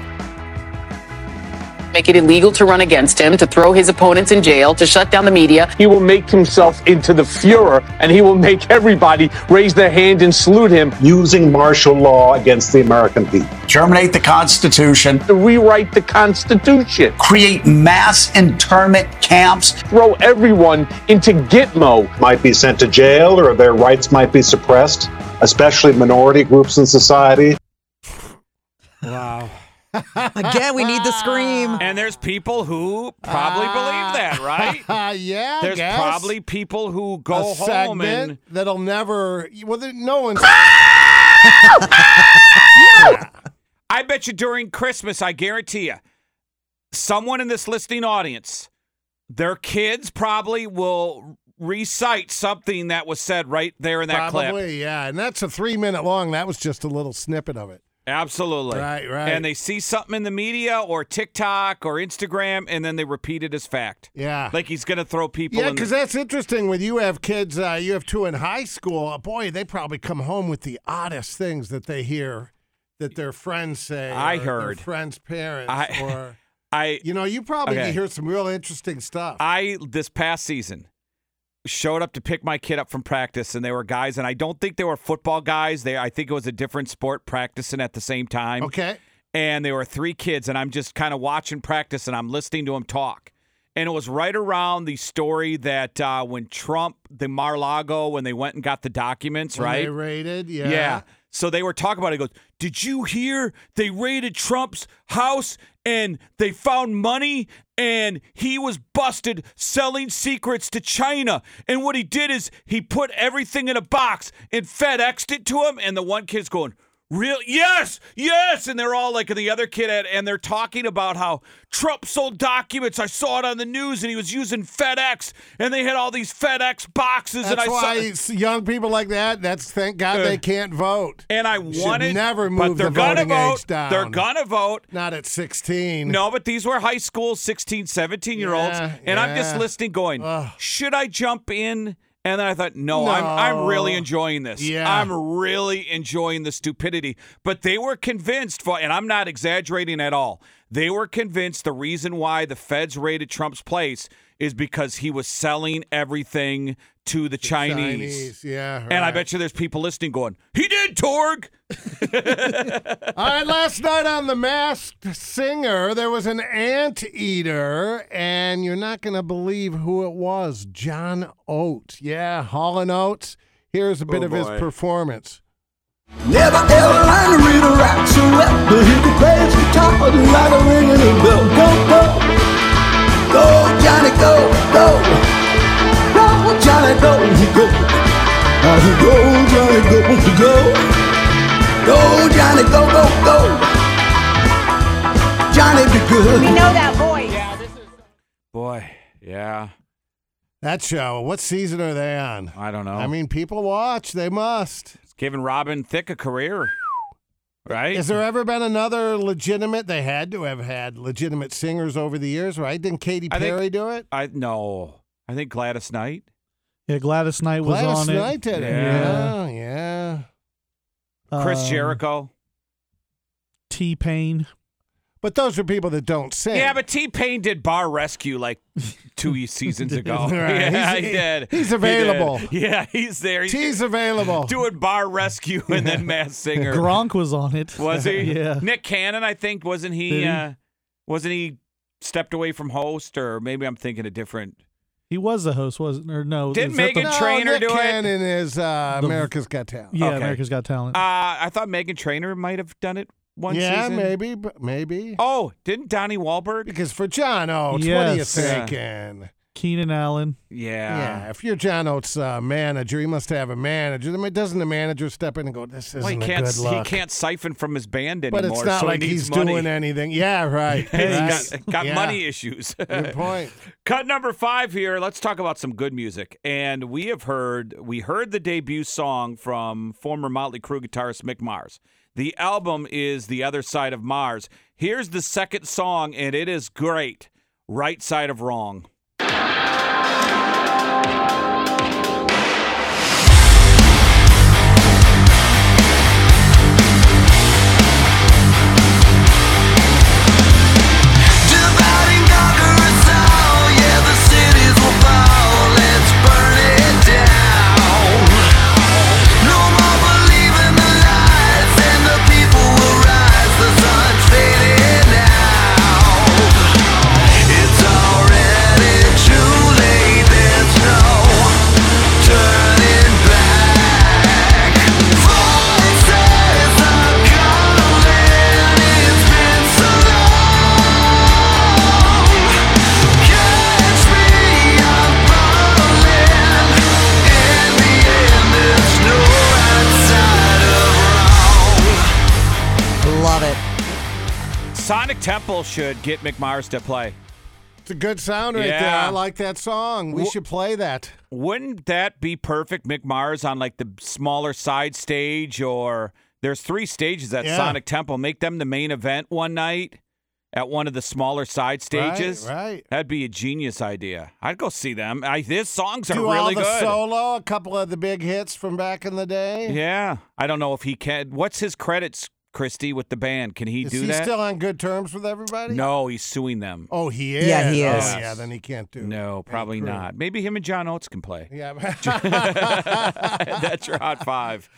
S14: Make it illegal to run against him, to throw his opponents in jail, to shut down the media.
S23: He will make himself into the Fuhrer and he will make everybody raise their hand and salute him.
S16: Using martial law against the American people.
S15: Terminate the Constitution.
S23: To rewrite the Constitution.
S15: Create mass internment camps.
S23: Throw everyone into Gitmo.
S16: Might be sent to jail or their rights might be suppressed, especially minority groups in society.
S20: Wow.
S10: Again, we need the scream.
S3: And there's people who probably believe that, right?
S4: yeah, I
S3: There's
S4: guess.
S3: probably people who
S4: a
S3: go home
S4: segment
S3: and
S4: that'll never. Well, there, no one's.
S3: I bet you during Christmas, I guarantee you, someone in this listening audience, their kids probably will recite something that was said right there in that
S4: probably,
S3: clip.
S4: yeah, and that's a three minute long. That was just a little snippet of it.
S3: Absolutely.
S4: Right, right.
S3: And they see something in the media or TikTok or Instagram, and then they repeat it as fact.
S4: Yeah.
S3: Like he's going to throw people in
S4: Yeah,
S3: the-
S4: because that's interesting. When you have kids, uh, you have two in high school. uh, Boy, they probably come home with the oddest things that they hear that their friends say.
S3: I
S4: or their
S3: heard.
S4: friends' parents,
S3: I-
S4: or
S3: I,
S4: you know, you probably
S3: Okay.
S4: hear some real interesting stuff.
S3: I this past season showed up to pick my kid up from practice, and they were guys, and I don't think they were football guys. They, I think it was a different sport practicing at the same time.
S4: Okay.
S3: And there were three kids, and I'm just kind of watching practice, and I'm listening to them talk. And it was right around the story that uh, when Trump, the Mar-Lago, when they went and got the documents,
S4: When
S3: right?
S4: They rated, yeah.
S3: So they were talking about it. He goes, Did you hear they raided Trump's house and they found money and he was busted selling secrets to China? And what he did is he put everything in a box and FedExed it to him. And the one kid's going, Real? Yes, yes. And they're all like, and the other kid, had, and they're talking about how Trump sold documents. I saw it on the news and he was using FedEx and they had all these FedEx boxes. and
S4: That's
S3: I
S4: why
S3: saw. Uh,
S4: it's young people like that. That's thank God they can't vote.
S3: And I
S4: Should
S3: wanted
S4: never
S3: but
S4: move
S3: they're
S4: the
S3: gonna
S4: voting
S3: vote.
S4: age down.
S3: They're gonna vote.
S4: Not at 16.
S3: No, but these were high school 16, 17 year olds.
S4: Yeah,
S3: And I'm just
S4: yeah.
S3: listening going, should I jump in? And then I thought, no, I'm I'm
S4: No.
S3: really enjoying this.
S4: Yeah.
S3: I'm really enjoying the stupidity. But they were convinced for and I'm not exaggerating at all. They were convinced the reason why the feds raided Trump's place is because he was selling everything to the Chinese.
S4: Chinese, yeah,
S3: And I
S4: right.
S3: bet you there's people listening going, He did, Torg.
S4: All right, last night on The Masked Singer, there was an anteater, and you're not going to believe who it was John Oates. Yeah, Hall and Oates. Here's a bit
S7: Oh,
S4: of his
S7: boy.
S4: performance.
S7: Never ever learn to read a rapture rap To hit the page, top of the ladder ringing a bell Go, go, go Johnny, go, go Go, Johnny, go, he go Uh, He go, Johnny, go, he go Go, Johnny, go, go, go Johnny be good
S13: We know that voice.
S3: Boy, yeah.
S4: That show, what season are they on?
S3: I don't know.
S4: I mean, people watch, they must.
S3: It's giving Robin Thicke a career, right?
S4: Has there ever been another legitimate? They had to have had legitimate singers over the years, right? Didn't Katy
S3: I think-
S4: Perry do it?
S3: I no. I think Gladys Knight.
S2: Yeah, Gladys Knight was
S4: Gladys
S2: on it.
S4: Knight did it.
S2: Yeah.
S4: Yeah, yeah.
S3: Chris
S4: Uh,
S2: Um,
S3: Jericho.
S2: T Pain.
S4: But those are people that don't sing.
S3: Yeah, but T Pain did Bar Rescue like two seasons ago.
S4: Right.
S3: Yeah,
S4: He's-
S3: he did.
S4: he's
S3: He did.
S4: available.
S3: Yeah, he's there. He's
S4: T's available.
S3: doing Bar Rescue and then Mass Singer.
S2: Gronk was on it.
S3: Was he?
S2: yeah.
S3: Nick Cannon, I think, wasn't he,
S2: Did he?
S3: Uh, wasn't he stepped away from host or maybe I'm thinking a different
S2: He was the host, wasn't or no?
S3: Didn't
S2: is that
S3: Megan
S2: the-
S3: Tra- Trainer
S4: Nick
S3: do it?
S4: Cannon is uh,
S2: The-
S4: America's Got Talent.
S2: Yeah,
S3: Okay.
S2: America's Got Talent.
S3: Uh, I thought Megan Trainer might have done it one
S4: yeah,
S3: season?
S4: maybe, but maybe.
S3: Oh, didn't Donnie Wahlberg?
S4: Because for John Oates, what are you
S2: Yes.
S4: thinking?
S2: Keenan Allen.
S3: Yeah.
S4: Yeah, if you're John Oates' uh, manager, he must have a manager. I mean, doesn't the manager step in and go, "This isn't
S3: Well, he
S4: a
S3: can't
S4: good
S3: he
S4: look"?
S3: can't siphon from his band anymore.
S4: but it's not
S3: so he
S4: like
S3: needs
S4: he's
S3: money.
S4: doing anything. Yeah, right.
S3: Hey,
S4: right.
S3: he's got, got
S4: Yeah.
S3: money issues.
S4: Good point.
S3: Cut number five here. Let's talk about some good music. And we have heard we heard the debut song from former Motley Crue guitarist Mick Mars. The album is The Other Side of Mars. Here's the second song, and it is great. Right side of wrong.
S10: Love it.
S3: Sonic Temple should get Mick Mars to play.
S4: It's a good sound right there.
S3: Yeah.
S4: I like that song. We
S3: Wh-
S4: should play that.
S3: Wouldn't that be perfect, Mick Mars, on like the smaller side stage? Or there's three stages at
S4: Yeah.
S3: Sonic Temple. Make them the main event one night at one of the smaller side
S4: Right,
S3: stages.
S4: right.
S3: That'd be a genius idea. I'd go see them. I, his songs are
S4: Do all
S3: really
S4: the
S3: good.
S4: solo, a couple of the big hits from back in the day.
S3: yeah. I don't know if he can. What's his credits, Christy, with the band? Can he
S4: Is
S3: do
S4: he
S3: that?
S4: still on good terms with everybody?
S3: no, he's suing them.
S4: Oh, he is.
S10: Yeah, he is.
S4: Oh, yeah, then he can't do.
S3: No, probably
S4: Crew.
S3: not. Maybe him and John Oates can play.
S4: Yeah.
S3: That's your hot five.